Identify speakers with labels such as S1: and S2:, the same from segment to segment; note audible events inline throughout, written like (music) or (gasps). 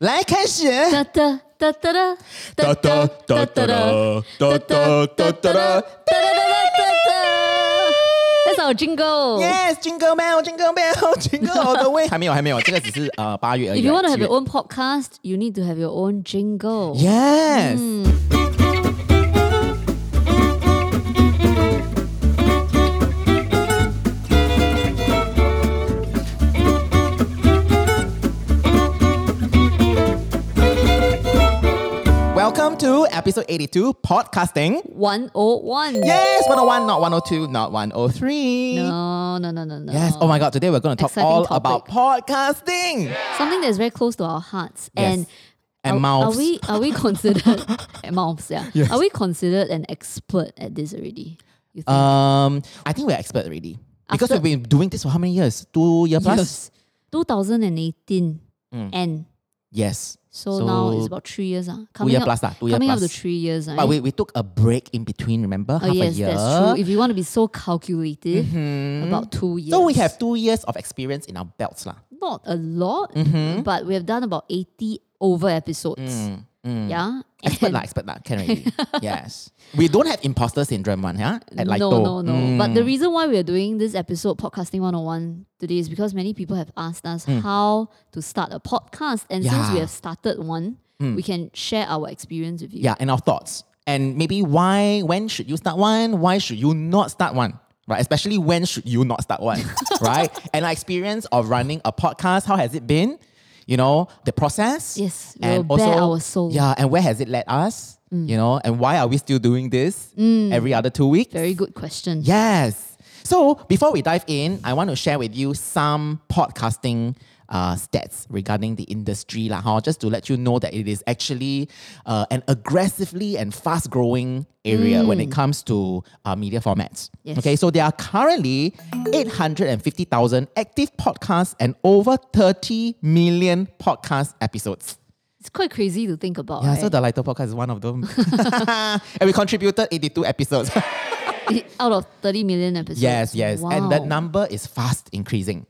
S1: 来开始，
S2: 哒哒哒哒哒哒哒哒哒哒哒哒哒哒哒，That's our jingle.
S1: Yes, Jingle Bell, Jingle Bell, (laughs) Jingle All the Way。还没有，还没有，这个只是呃八月而已。
S2: If you want to have
S1: 7
S2: your own podcast, you need to have your own jingle. Hmm.
S1: 月
S2: Mm。
S1: Yes，Welcome to episode 82 podcasting.
S2: One oh one.
S1: Yes, 101, not 102, not 103.
S2: No, no, no, no, no.
S1: Yes. Oh my God. Today we're going to talk
S2: Exciting
S1: all
S2: topic.
S1: about podcasting
S2: Something that's very close to our hearts.
S1: Yes.
S2: And
S1: and
S2: are,
S1: mouths.
S2: Are we are we
S1: (laughs)
S2: considered mouths? Yeah. Are we considered an expert at this already? You think?
S1: Um, I think we're expert already because
S2: After-
S1: we've been doing this for how many years? Two year plus. Mm.
S2: Yes. 2018 and
S1: Yes.
S2: so, now it's about three years. Ah,
S1: two
S2: coming
S1: year
S2: up,
S1: plus lah. Two year
S2: coming
S1: plus.
S2: up to three years. ah,
S1: But
S2: eh?
S1: we, we took a break in between. Remember,
S2: oh
S1: half
S2: yes,
S1: a year. Mm-hmm.
S2: that's true. If you want to be so calculative, about two years.
S1: so we have two years of experience in our belts lah.
S2: not a lot,
S1: Mm-hmm.
S2: but we have done about 80 over episodes.
S1: Mm,
S2: Yeah.
S1: Expert
S2: And-
S1: lah, expert lah, can
S2: (laughs)
S1: already. yes. We don't have imposter syndrome one, huh? At
S2: no,
S1: Lito. Mm.
S2: no, no. But the reason why we are doing this episode, Podcasting 101, today is because many people have asked us how to start a podcast. And since
S1: Mm. Yeah.
S2: we
S1: Mm.
S2: have started one, we can share our experience with you.
S1: Yeah, and our thoughts. And maybe why, when should you start one? Why should you not start one? Right? Especially when should you not start
S2: (laughs)
S1: one? right? And our experience of running a podcast, how has it been? You know, the process.
S2: Yes, we'll bare our soul. Mm.
S1: Yeah, and where has it led us? You know, and why are we still doing this every other two weeks?
S2: Very good question.
S1: Yes. So before we dive in, I want to share with you some podcasting uh, stats regarding the industry, lah, huh? just to let you know that it is actually uh, an aggressively and fast growing area when it comes to uh, media formats.
S2: Mm. Yes.
S1: Okay, so there are currently 850,000 active podcasts and over 30 million podcast episodes.
S2: It's quite crazy to think about.
S1: Yeah,
S2: right?
S1: so the Lighter Podcast is one of them. (laughs) and we contributed 82 episodes. (laughs)
S2: Out of 30 million episodes.
S1: Yes, yes. And that
S2: Wow.
S1: number is fast increasing.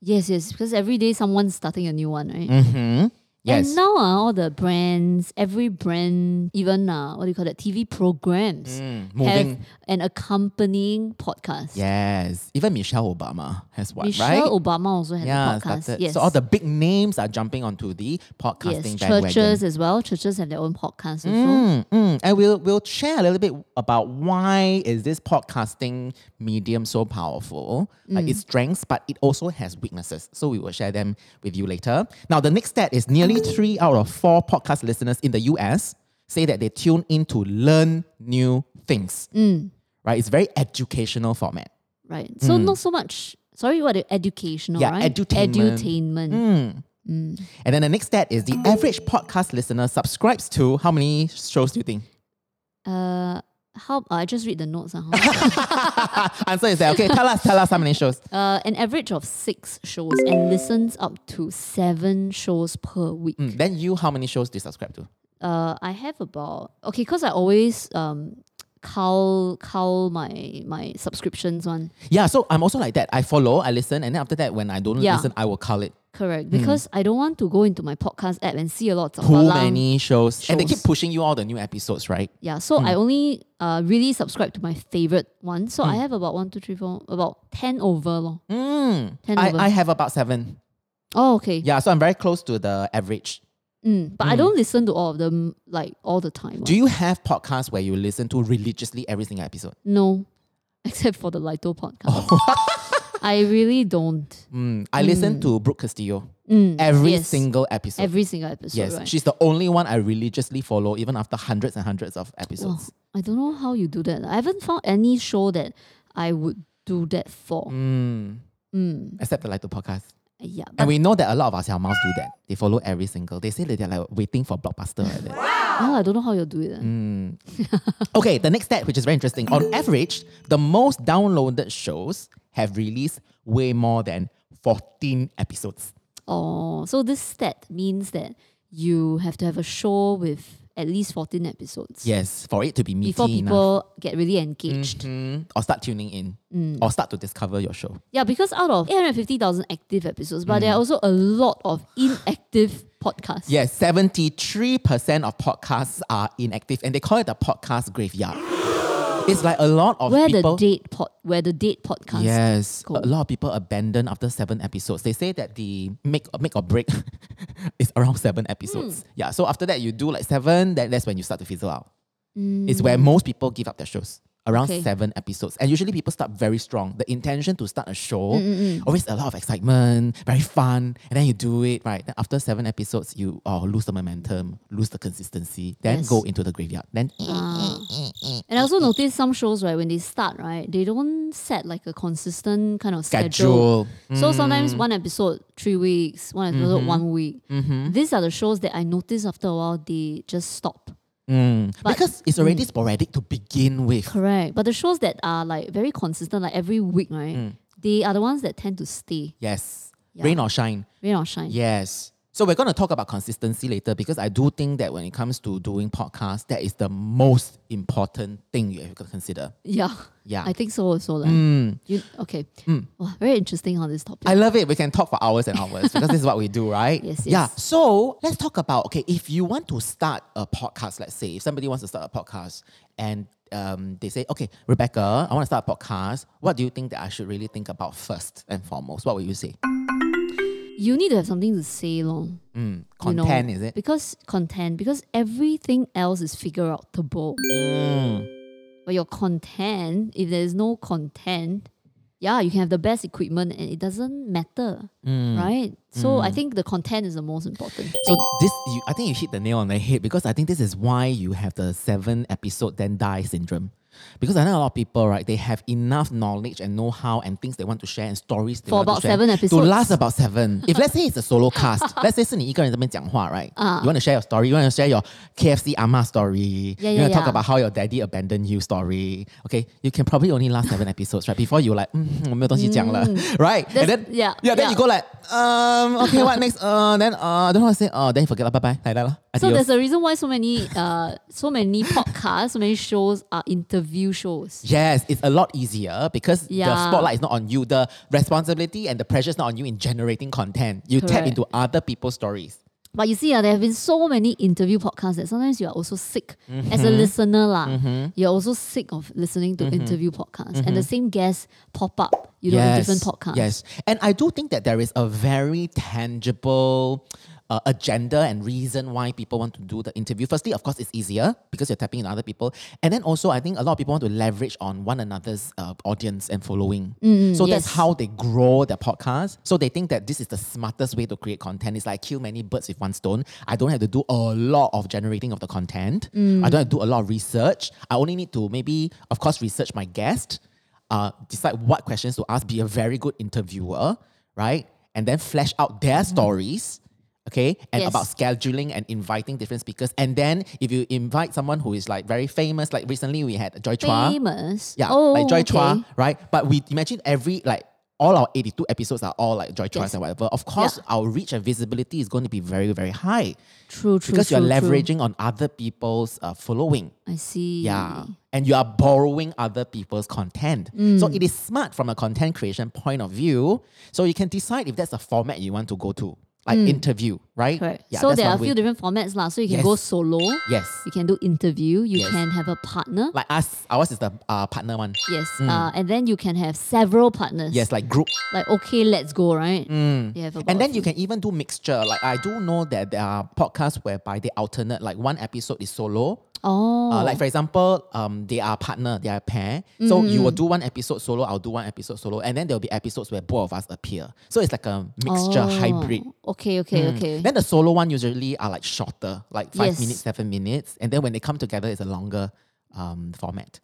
S2: Yes, yes, because every day someone's starting a new one, right?
S1: Mm, Yes.
S2: And now uh, all the brands, every brand, even uh, what do you call that, TV programs have
S1: Mm, moving.
S2: an accompanying podcast.
S1: yes. Even Michelle Obama has one, right?
S2: Michelle Obama also had
S1: yeah,
S2: a podcast.
S1: started.
S2: Yes.
S1: So all the big names are jumping onto the
S2: yes.
S1: podcasting bandwagon.
S2: churches as well. Churches have their own podcast also.
S1: Mm, mm. And we'll we'll share a little bit about why is this podcasting medium so powerful, like its strengths, but it also has weaknesses. So we will share them with you later. Now the next stat is nearly three out of four podcast listeners in the US say that they tune in to learn new things. Right? It's very educational format.
S2: Right. So not so much sorry, what educational,
S1: Mm. Yeah,
S2: right?
S1: edutainment. Mm.
S2: Edutainment.
S1: And then the next stat is the average podcast listener subscribes to how many shows do you think?
S2: Uh how I just read the notes. Uh,
S1: Answer is that okay? Tell us, tell us how many shows.
S2: uh, an average of six shows and listens up to seven shows per week.
S1: Mm, Then you, how many shows do you subscribe to?
S2: Uh, I have about okay, cause I always um cull cull my my subscriptions one.
S1: Yeah, so I'm also like that. I follow, I listen, and then after that, when I don't
S2: Yeah.
S1: listen, I will call it.
S2: Correct, because I don't want to go into my podcast app and see a lot of
S1: Mm. Too
S2: alarm.
S1: many shows. And they keep
S2: shows.
S1: pushing you all the new episodes, right?
S2: Yeah, so
S1: Mm.
S2: I only uh really subscribe to my favorite one. So I have about one, two, three, four, about ten over long.
S1: Mm.
S2: Ten
S1: I,
S2: over.
S1: I have about seven.
S2: oh, okay.
S1: Yeah, so I'm very close to the average.
S2: Mm, but I don't listen to all of them like all the time.
S1: Do you have podcasts where you listen to religiously every single episode?
S2: no, (laughs) except for the Lito podcast.
S1: Oh.
S2: (laughs) I really don't.
S1: Mm. I listen to Brooke Castillo every
S2: Mm, yes.
S1: single episode.
S2: Every single episode,
S1: yes,
S2: right?
S1: she's the only one I religiously follow, even after hundreds and hundreds of
S2: Wow,
S1: episodes.
S2: I don't know how you do that. I haven't found any show that I would do that for.
S1: Mm. Except the Lighto podcast.
S2: Yeah, but
S1: And we know that a lot of us, our moms do that. They follow every single. They say that they're like waiting for blockbuster. Like that.
S2: ah, I don't know how you do it.
S1: Mm. Okay, the next stat, which is very interesting. On average, the most downloaded shows have released way more than 14 episodes.
S2: Oh, so this stat means that you have to have a show with at least 14 episodes
S1: Yes, for it to be meaty
S2: before
S1: enough.
S2: people get really engaged.
S1: Mm, or start tuning in,
S2: Mm.
S1: or start to discover your show.
S2: Yeah, because out of 850,000 active episodes, but
S1: Mm.
S2: there are also a lot of inactive podcasts.
S1: Yes, seventy-three percent of podcasts are inactive, and they call it the podcast graveyard. It's like a lot of
S2: Where
S1: people.
S2: the date pod, where the date podcast.
S1: Yes,
S2: Cool.
S1: a lot of people abandon after seven episodes. They say that the make make or break (laughs) is around seven episodes.
S2: Hmm.
S1: Yeah, so after that you do like seven, then that's when you start to fizzle out. It's where most people give up their shows. Around
S2: Mm. Okay.
S1: seven episodes. And usually people start very strong. The intention to start a show,
S2: Mm,
S1: always a lot of excitement, very fun. And then you do it, right? Then after seven episodes, you oh, lose the momentum, lose the consistency, then
S2: Yes.
S1: go into the graveyard.
S2: (gasps)
S1: Then
S2: And I also noticed some shows, right, when they start, right, they don't set like a consistent kind of schedule.
S1: schedule. Mm.
S2: So sometimes one episode, three weeks, one episode,
S1: Mm-hmm.
S2: one week. These are the shows that I noticed after a while, they just stop.
S1: Mm.
S2: But-
S1: because it's already sporadic to begin with.
S2: Correct. But the shows that are like very consistent, like every week, right,
S1: Mm.
S2: they are the ones that tend to stay,
S1: Yes.
S2: Yeah.
S1: Rain or shine.
S2: rain or shine.
S1: Yes. So we're going to talk about consistency later because I do think that when it comes to doing podcasts, that is the most important thing you have to consider.
S2: Yeah.
S1: Yeah. Mm.
S2: I think so also. Like. You, okay. Wow, very interesting on this topic.
S1: I love it. We can talk for hours and hours because this is what we do, right?
S2: (laughs) Yes,
S1: Yeah.
S2: yes.
S1: So let's talk about okay, if you want to start a podcast, let's say if somebody wants to start a podcast and um, they say, okay, Rebecca, I want to start a podcast. What do you think that I should really think about first and foremost? What would you say?
S2: you need to have something to say long. you know,
S1: Mm. Content, is it?
S2: Because content, because everything else is figure outable.
S1: Mm.
S2: But your content, if there is no content, yeah, you can have the best equipment and it doesn't matter, right? So I think the content is the most important.
S1: Mm. So this, you, I think you hit the nail on the head because I think this is why you have the seven episode then die syndrome. Because I know a lot of people, right? They have enough knowledge and know-how and things they want to share and stories they
S2: For
S1: want
S2: about
S1: to share
S2: seven
S1: to
S2: episodes.
S1: last about seven. if let's say it's a solo
S2: (laughs)
S1: cast, let's say 是你一个人在那边讲话, right?
S2: Uh.
S1: You want to share your story, you want to share your KFC ama story,
S2: Yeah,
S1: you
S2: yeah,
S1: want to talk
S2: yeah.
S1: about how your daddy abandoned you story. Okay, you can probably only last seven episodes, right? Before you like, mm, 我没有东西讲了, (laughs) right? and
S2: Mm. That's-
S1: then
S2: yeah,
S1: yeah, then
S2: yeah.
S1: you go like, um, okay, what next? Uh, then uh, I don't know what to say. Uh, then you forget, bye bye, like that lah.
S2: So
S1: Adios.
S2: there's a reason why so many uh so many podcasts, so many shows are interview shows.
S1: Yes, it's a lot easier because the
S2: Yeah.
S1: spotlight is not on you. The responsibility and the pressure is not on you in generating content. You tap
S2: Correct.
S1: into other people's stories.
S2: But you see, uh, there have been so many interview podcasts that sometimes you are also sick as
S1: Mm-hmm.
S2: a listener. lah. You're also sick of listening to interview podcasts and the same guests pop up, you know, in different podcasts.
S1: Mm-hmm. Yes. And I do think that there is a very tangible uh, agenda and reason why people want to do the interview. Firstly, of course, it's easier because you're tapping into other people. And then also, I think a lot of people want to leverage on one another's uh, audience and following. so that's
S2: Mm, yes.
S1: how they grow their podcast. So they think that this is the smartest way to create content. It's like kill many birds with one stone. I don't have to do a lot of generating of the content. I don't have to do a lot of research. I only need to maybe, of course, research my guest uh, decide what questions to ask, be a very good interviewer, right? And then flesh out their stories, okay? And
S2: Yes.
S1: about scheduling and inviting different speakers. And then if you invite someone who is like very famous, like recently we had Joy Chua.
S2: Famous.
S1: Yeah,
S2: Oh,
S1: like Joy
S2: okay.
S1: Chua, right? But we imagine every, like, all our 82 episodes are all like Joy Chua's
S2: Yes.
S1: and whatever. Of course,
S2: Yeah.
S1: our reach and visibility is going to be very, very high
S2: True, true.
S1: because
S2: true,
S1: you're
S2: true.
S1: leveraging on other people's uh, following.
S2: I see.
S1: Yeah. And you are borrowing other people's content. So
S2: Mm.
S1: it is smart from a content creation point of view. So you can decide if that's the format you want to go to, like interview, right?
S2: Mm. Correct.
S1: Yeah,
S2: so
S1: that's
S2: there are a
S1: one way.
S2: few different formats, lah. So you can
S1: Yes.
S2: go solo.
S1: Yes.
S2: You can do interview. You
S1: Yes.
S2: can have a partner.
S1: Like us, ours is the uh, partner one.
S2: yes. Uh, and then you can have several partners.
S1: Yes, like group.
S2: Like okay, let's go. Right. You have about
S1: And then you can even do mixture. Like I do know that there are podcasts whereby they alternate, like one episode is solo,
S2: oh
S1: Uh, like for example, um, they are partner, they are a pair. So
S2: Mm-hmm.
S1: you will do one episode solo, I'll do one episode solo, and then there will be episodes where both of us appear. So it's like a mixture
S2: Oh,
S1: hybrid.
S2: Okay, okay, okay.
S1: hmm. Then the solo one usually are like shorter, like five
S2: Yes.
S1: minutes, seven minutes, and then when they come together, it's a longer um, format.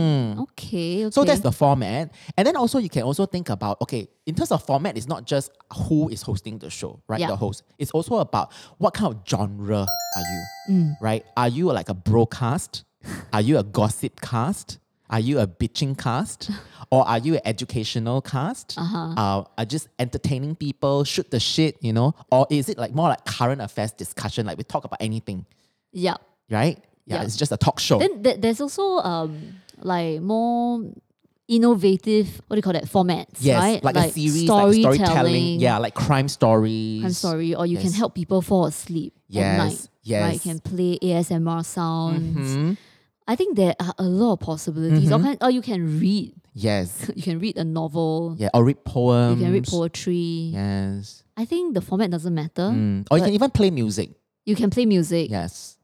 S2: Okay, okay.
S1: So that's the format. And then also you can also think about okay, in terms of format, it's not just who is hosting the show, right?
S2: Yeah.
S1: The host. It's also about what kind of genre are you,
S2: Mm.
S1: right? Are you like a broadcast? are you a gossip cast? Are you a bitching
S2: (laughs)
S1: cast? Or are you an educational cast? Uh-huh. are just entertaining people, shoot the shit, you know? Or is it like more like current affairs discussion, like we talk about anything?
S2: yeah.
S1: right? Yeah,
S2: Yeah.
S1: it's just a talk show.
S2: Then th- there's also um like more innovative what do you call that formats
S1: yes,
S2: right
S1: like, a series, like storytelling. Yeah, like crime stories.
S2: I'm sorry, or you can
S1: Yes.
S2: help people fall asleep
S1: Yes,
S2: at night. Right? You
S1: yes.
S2: can play ASMR sounds.
S1: Mhm.
S2: I think there are a lot of possibilities.
S1: Mm-hmm.
S2: Or, can, or you can read.
S1: Yes.
S2: You can read a novel.
S1: Yeah, or read poems.
S2: You can read poetry.
S1: Yes.
S2: I think the format doesn't matter.
S1: Mm. Or you
S2: But-
S1: can even play music.
S2: You can play music.
S1: Yes.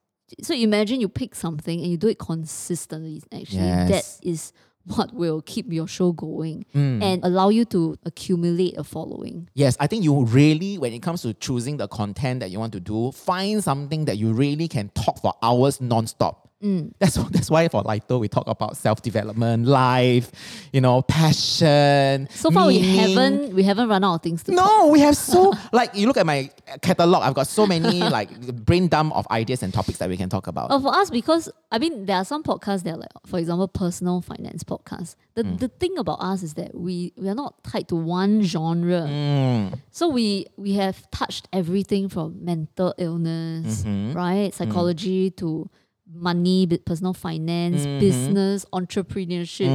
S2: So imagine you pick something and you do it consistently. Actually,
S1: Yes.
S2: that is what will keep your show going
S1: Mm.
S2: and allow you to accumulate a following.
S1: Yes, I think you really, when it comes to choosing the content that you want to do, find something that you really can talk for hours non-stop.
S2: Mm.
S1: That's, that's why for Lito, we talk about self-development, life, you know, passion.
S2: So far, we
S1: meaning.
S2: haven't we haven't run out of things to talk.
S1: No, we have so like you look at my catalog. I've got so
S2: (laughs)
S1: many like brain dump of ideas and topics that we can talk about.
S2: Oh, for us, because I mean, there are some podcasts that, like, for example, personal finance podcasts. The,
S1: Hmm.
S2: the thing about us is that we we are not tied to one genre,
S1: Hmm.
S2: so we we have touched everything from mental illness,
S1: Mm-hmm. Hmm.
S2: right, psychology to money, bu- personal finance,
S1: Mm-hmm.
S2: business, entrepreneurship,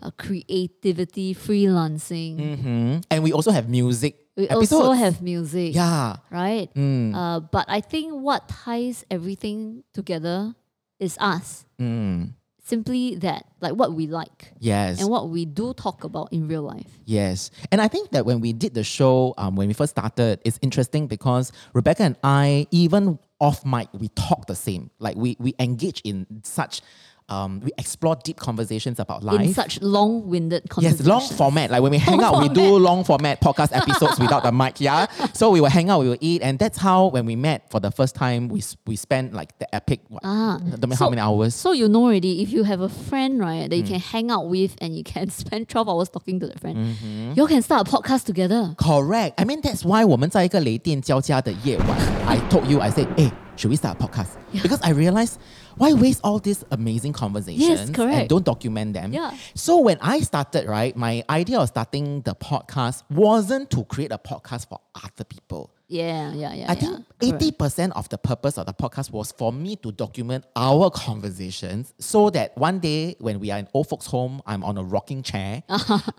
S2: uh, creativity, freelancing.
S1: Mhm. And we also have music.
S2: We also
S1: episodes.
S2: have music,
S1: yeah.
S2: right?
S1: Mm.
S2: Uh, but I think what ties everything together is us.
S1: Mm.
S2: simply that, like what we like
S1: Yes.
S2: and what we do talk about in real life.
S1: Yes. And I think that when we did the show, um, when we first started, it's interesting because Rebecca and I, even off mic, we talk the same. Like we, we engage in such, um, we explore deep conversations about life.
S2: In such long winded
S1: Yes,
S2: conversations.
S1: long format. Like when we hang out, we do
S2: format.
S1: long format podcast
S2: (laughs)
S1: episodes without the mic. Yeah. So we will hang out, we will eat, and that's how when we met for the first time, we s- we spent like the epic. What,
S2: Ah,
S1: don't know how
S2: so-
S1: many hours.
S2: So you know already if you have a friend, right,
S1: Mm.
S2: that you can hang out with and you can (laughs) spend 12 hours talking to that friend,
S1: Mm-hmm.
S2: you all can start a podcast together.
S1: Correct. I mean, that's why 我们在一个雷电交加的夜晚 I told you, I said, hey, should we start a podcast? Because I realized, why waste all these amazing conversations and
S2: correct.
S1: don't document them?
S2: Yeah.
S1: So when I started, right, my idea of starting the podcast wasn't to create a podcast for other people.
S2: Yeah, yeah, yeah.
S1: I
S2: yeah.
S1: think
S2: Correct.
S1: eighty percent of the purpose of the podcast was for me to document our conversations, so that one day when we are in old folks' home, I'm on a rocking
S2: (laughs)
S1: chair,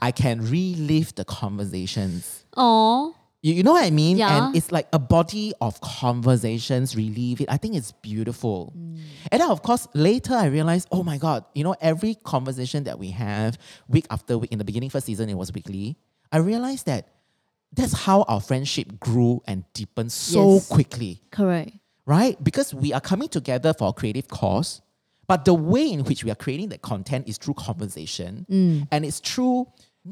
S1: I can relive the conversations.
S2: Aw,
S1: You, you know what I mean?
S2: Yeah.
S1: And it's like a body of conversations, relive it. I think it's beautiful.
S2: Mm.
S1: And then, of course, later I realized, oh my God, you know, every conversation that we have week after week, in the beginning, first season, it was weekly. I realized that that's how our friendship grew and deepened so
S2: Yes.
S1: quickly
S2: correct.
S1: right? Because we are coming together for a creative cause, but the way in which we are creating the content is through conversation
S2: Mm.
S1: and it's through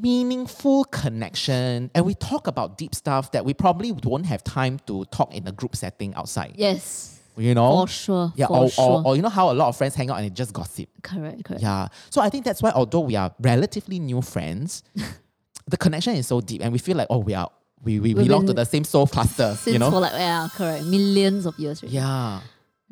S1: meaningful connection. And we talk about deep stuff that we probably won't have time to talk in a group setting outside,
S2: Yes,
S1: you know?
S2: for sure.
S1: Yeah,
S2: for
S1: or,
S2: sure.
S1: or, or you know how a lot of friends hang out and they just gossip.
S2: correct, correct.
S1: Yeah. So I think that's why, although we are relatively new
S2: (laughs)
S1: friends, the connection is so deep and we feel like, oh, we are, we, we
S2: We've
S1: belong to
S2: been-
S1: the same soul cluster,
S2: (laughs) Since
S1: you know?
S2: for like, yeah, correct. Millions of years. already.
S1: Yeah.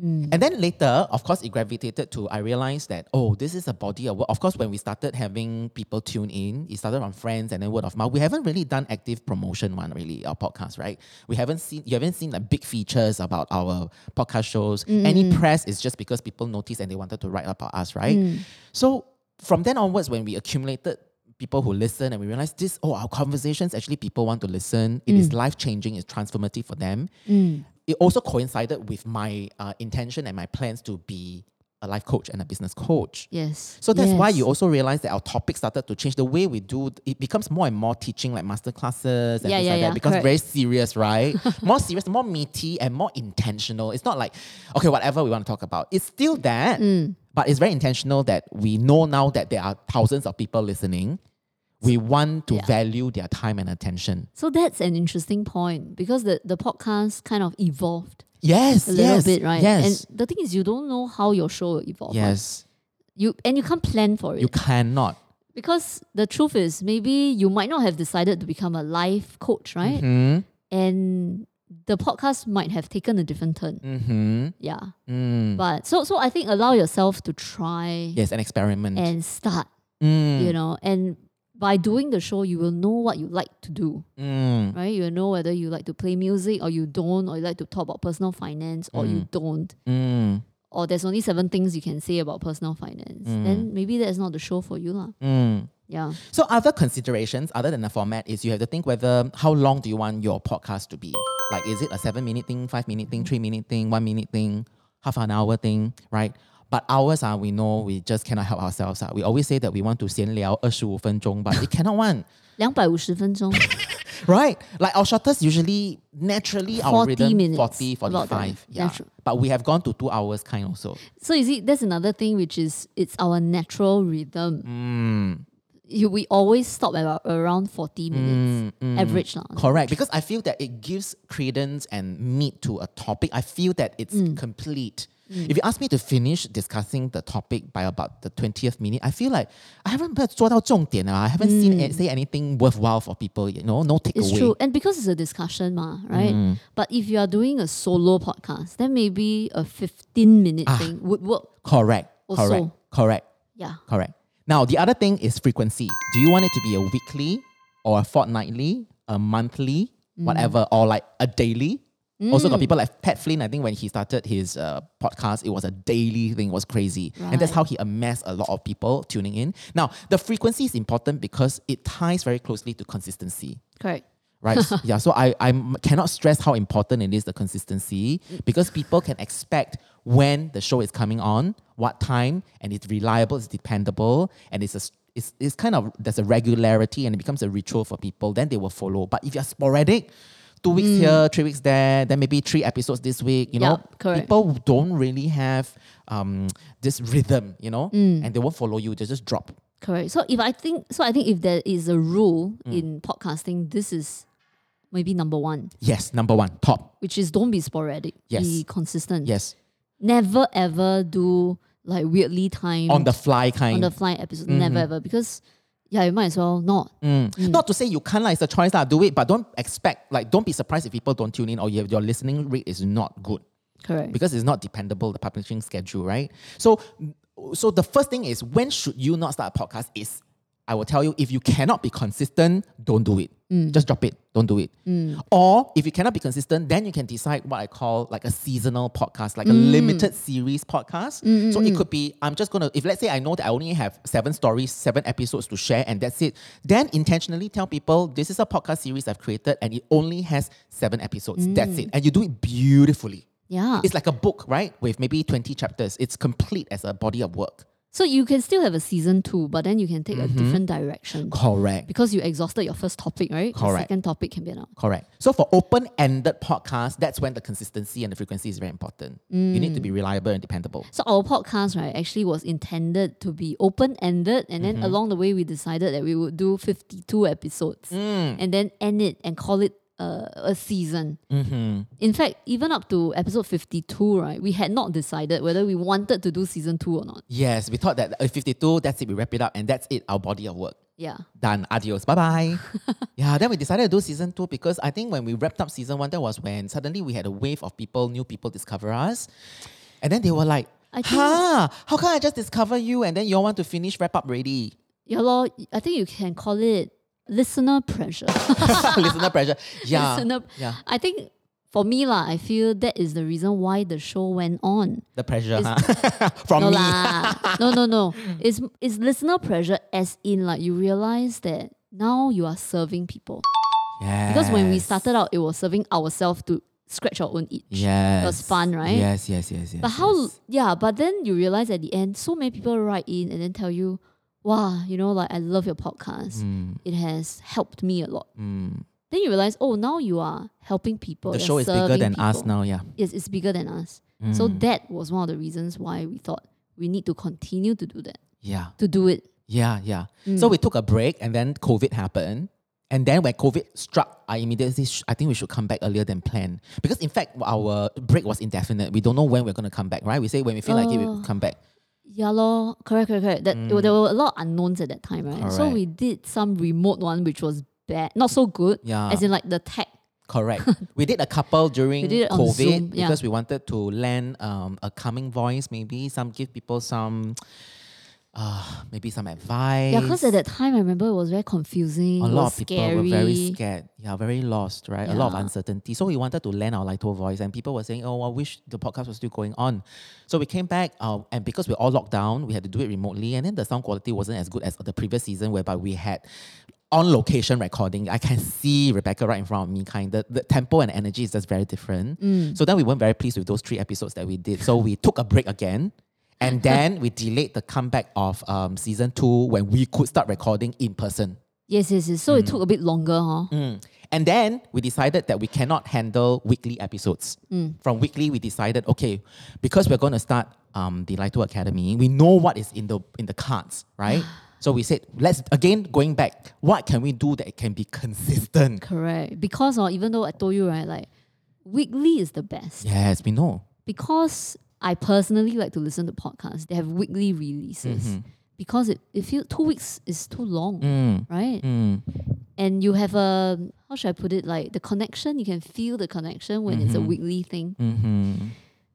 S1: And then later, of course, it gravitated to I realized that oh, this is a body of work. Of course, when we started having people tune in, it started on friends and then word of mouth. We haven't really done active promotion one really our podcast, right? We haven't seen you haven't seen the big features about our podcast shows. Any press is just because people noticed and they wanted to write about us, right? So from then onwards, when we accumulated people who listen and we realized this, oh, our conversations actually people want to listen. It is life changing, it's transformative for them it also coincided with my uh, intention and my plans to be a life coach and a business coach.
S2: Yes.
S1: So that's why
S2: yes.
S1: you also realize that our topic started to change. The way we do it becomes more and more teaching, like master classes and
S2: Yeah,
S1: things
S2: yeah,
S1: like
S2: yeah,
S1: that. Because
S2: correct.
S1: very serious,
S2: (laughs)
S1: right? more serious, more meaty, and more intentional. It's not like okay, whatever we want to talk about. It's still that,
S2: Mm.
S1: but it's very intentional that we know now that there are thousands of people listening. We want to
S2: Yeah.
S1: value their time and attention.
S2: So that's an interesting point because the, the podcast kind of evolved
S1: Yes,
S2: a little
S1: yes,
S2: bit, right?
S1: Yes,
S2: And the thing is, you don't know how your show will evolve. right?
S1: yes.
S2: You and you can't plan for it
S1: You cannot.
S2: because the truth is maybe you might not have decided to become a life coach, right?
S1: Hmm.
S2: And the podcast might have taken a different turn.
S1: Mm-hmm.
S2: Yeah.
S1: Mm.
S2: But so so I think allow yourself to try
S1: Yes, an experiment.
S2: and start,
S1: mm.
S2: you know, and by doing the show, you will know what you like to do.
S1: Mm.
S2: right? You know whether you like to play music or you don't, or you like to talk about personal finance or you don't,
S1: Mm.
S2: or there's only seven things you can say about personal finance, then maybe that's not the show for you. lah. Yeah.
S1: So other considerations other than the format is you have to think whether how long do you want your podcast to be? Like is it a seven minute thing, five minute thing, three minute thing, one minute thing, half an hour thing, right? But ours are we know we just cannot help ourselves. ah. We always say that we want to er 闲聊二十五分钟 but we cannot one.
S2: 250分钟
S1: (laughs)
S2: (laughs)
S1: Right. Like our shortest usually naturally our
S2: 40
S1: rhythm
S2: minutes.
S1: 40, 45.
S2: About that.
S1: Yeah.
S2: Natu-
S1: But we have gone to two hours kind also.
S2: So you see, that's another thing which is it's our natural rhythm. You, we always stop at about around 40 minutes average lah.
S1: Correct, because I feel that it gives credence and meat to a topic. I feel that it's
S2: Mm.
S1: complete. If you ask me to finish discussing the topic by about the 20th minute, I feel like I haven't 做到重点 ah. I haven't seen it, say anything worthwhile for people, you know, no takeaway.
S2: Mm. It's true. And because it's a discussion, ma, right? But if you are doing a solo podcast, then maybe a 15 minute thing would work.
S1: Correct,
S2: Also.
S1: correct, correct,
S2: Yeah.
S1: correct. Now, the other thing is frequency. Do you want it to be a weekly or a fortnightly, a monthly, whatever, or like a daily? Also, got people like Pat Flynn. I think when he started his uh, podcast, it was a daily thing. It was crazy, and that's
S2: Right.
S1: how he amassed a lot of people tuning in. Now, the frequency is important because it ties very closely to consistency
S2: Correct.
S1: right?
S2: (laughs)
S1: yeah. So I I m- cannot stress how important it is the consistency because people can expect when the show is coming on, what time, and it's reliable, it's dependable, and it's a s- it's, it's kind of there's a regularity and it becomes a ritual for people. Then they will follow. But if you're sporadic, two weeks here, three weeks there, then maybe three episodes this week. You know,
S2: Mm. Yup, correct.
S1: people don't really have um, this rhythm. You know,
S2: Mm.
S1: and they won't follow you. They just drop.
S2: Correct. So if I think so I think if there is a rule
S1: Mm.
S2: in podcasting, this is maybe number one,
S1: Yes, number one, top.
S2: which is don't be sporadic.
S1: Yes.
S2: Be consistent.
S1: Yes,
S2: Never ever do like weirdly timed
S1: on the fly Mm-hmm. kind.
S2: Mm. on the fly episode. Never ever. Because yeah, you might as well not.
S1: Mm. Not to say you can't, like, it's a choice, lah. do it, but don't expect, like, don't be surprised if people don't tune in or you have, your listening rate is not good
S2: Correct.
S1: because it's not dependable, the publishing schedule, right? So, so the first thing is when should you not start a podcast is, I will tell you, if you cannot be consistent, don't do it. Just drop it. Don't do it. Or if you cannot be consistent, then you can decide what I call like a seasonal podcast, like a limited series podcast. So it could be, I'm just going to, if let's say I know that I only have seven stories, seven episodes to share, and that's it, then intentionally tell people this is a podcast series I've created and it only has seven episodes. That's it. And you do it beautifully.
S2: yeah.
S1: It's like a book, right? With maybe 20 chapters. It's complete as a body of work.
S2: So you can still have a season two, but then you can take
S1: Mm-hmm.
S2: a different direction.
S1: Correct.
S2: Because you exhausted your first topic, right? The
S1: Correct.
S2: second topic can be another.
S1: Correct. So for open-ended podcasts, that's when the consistency and the frequency is very important. You need to be reliable and dependable.
S2: So our podcast, right, actually was intended to be open-ended, and then
S1: Mm-hmm.
S2: along the way we decided that we would do fifty-two episodes,
S1: Mm.
S2: and then end it and call it uh, a season.
S1: Mm-hmm.
S2: In fact, even up to episode fifty-two, right, we had not decided whether we wanted to do season two or not.
S1: Yes, we thought that uh, 52, that's it, we wrap it up, and that's it, our body of work.
S2: Yeah,
S1: Done. Adios. Bye (laughs) bye. yeah, then we decided to do season two because I think when we wrapped up season one, that was when suddenly we had a wave of people, new people discover us. And then they were like,
S2: I think-
S1: huh, how come I just discover you and then you all want to finish wrap up ready?
S2: yeah, lor, I think you can call it listener pressure. (laughs)
S1: (laughs) listener pressure. Yeah.
S2: Listener-
S1: Yeah.
S2: I think for me lah, I feel that is the reason why the show went on.
S1: The pressure huh?
S2: (laughs)
S1: from
S2: no
S1: me. (laughs)
S2: lah. no, no, no. It's it's listener pressure as in like you realize that now you are serving people. Because when we
S1: Yes.
S2: started out, it was serving ourselves to scratch our own itch.
S1: yes.
S2: it was fun, right?
S1: Yes, yes, yes, yes.
S2: But how
S1: yes.
S2: yeah, but then you realize at the end, so many people write in and then tell you, Wow, you know, like I love your podcast.
S1: Mm.
S2: It has helped me a lot. Then you realize, oh, now you are helping people.
S1: the
S2: you're
S1: show is bigger
S2: serving
S1: than us
S2: people.
S1: now, Mm. yeah.
S2: Yes, it's bigger than us. So that was one of the reasons why we thought we need to continue to do that,
S1: Yeah.
S2: to do it.
S1: Yeah, yeah.
S2: Mm.
S1: So we took a break and then COVID happened. And then when COVID struck, I immediately, sh- I think we should come back earlier than planned. Because in fact, our break was indefinite. We don't know when we're going to come back, right? We say when we feel like it,
S2: Oh.
S1: we come back.
S2: Yeah, lor. Correct, correct, correct. That
S1: Mm.
S2: there were a lot of unknowns at that time, right? So
S1: Correct.
S2: we did some remote one, which was bad, not so good.
S1: Yeah.
S2: As in like the tech.
S1: Correct. (laughs) we did a couple during
S2: We did it on
S1: COVID
S2: Zoom, yeah.
S1: because we wanted to land um, a calming voice, maybe some give people some uh, maybe some advice.
S2: Yeah, because at that time I remember it was very confusing.
S1: a
S2: it
S1: lot
S2: was
S1: of people were very
S2: scary.
S1: scared. Yeah, very lost, right? A lot of
S2: Yeah.
S1: uncertainty. So we wanted to lend our Lito voice, and people were saying, "Oh, I wish the podcast was still going on." So we came back, uh, and because we're all locked down, we had to do it remotely, and then the sound quality wasn't as good as the previous season, whereby we had on location recording. I can see Rebecca right in front of me. Kind of the tempo and energy is just very different.
S2: Mm.
S1: So then we weren't very pleased with those three episodes that we did. So we took a break again. And then we delayed the comeback of um, season two when we could start recording in person.
S2: Yes, yes, yes. So it
S1: Mm.
S2: took a bit longer, huh?
S1: And then we decided that we cannot handle weekly episodes.
S2: Mm.
S1: From weekly, we decided, okay, because we're going to start um, the Light Academy, we know what is in the in the cards,
S2: (gasps)
S1: right? so we said, let's again going back, what can we do that can be consistent?
S2: Correct. Because uh, even though I told you right, like weekly is the best.
S1: Yes, we know.
S2: Because I personally like to listen to podcasts. They have weekly releases.
S1: Mm-hmm.
S2: Because it, it feels two weeks is too long,
S1: Mm.
S2: right? And you have a how should I put it? Like the connection, you can feel the connection when
S1: Mm-hmm.
S2: it's a weekly thing.
S1: Mm.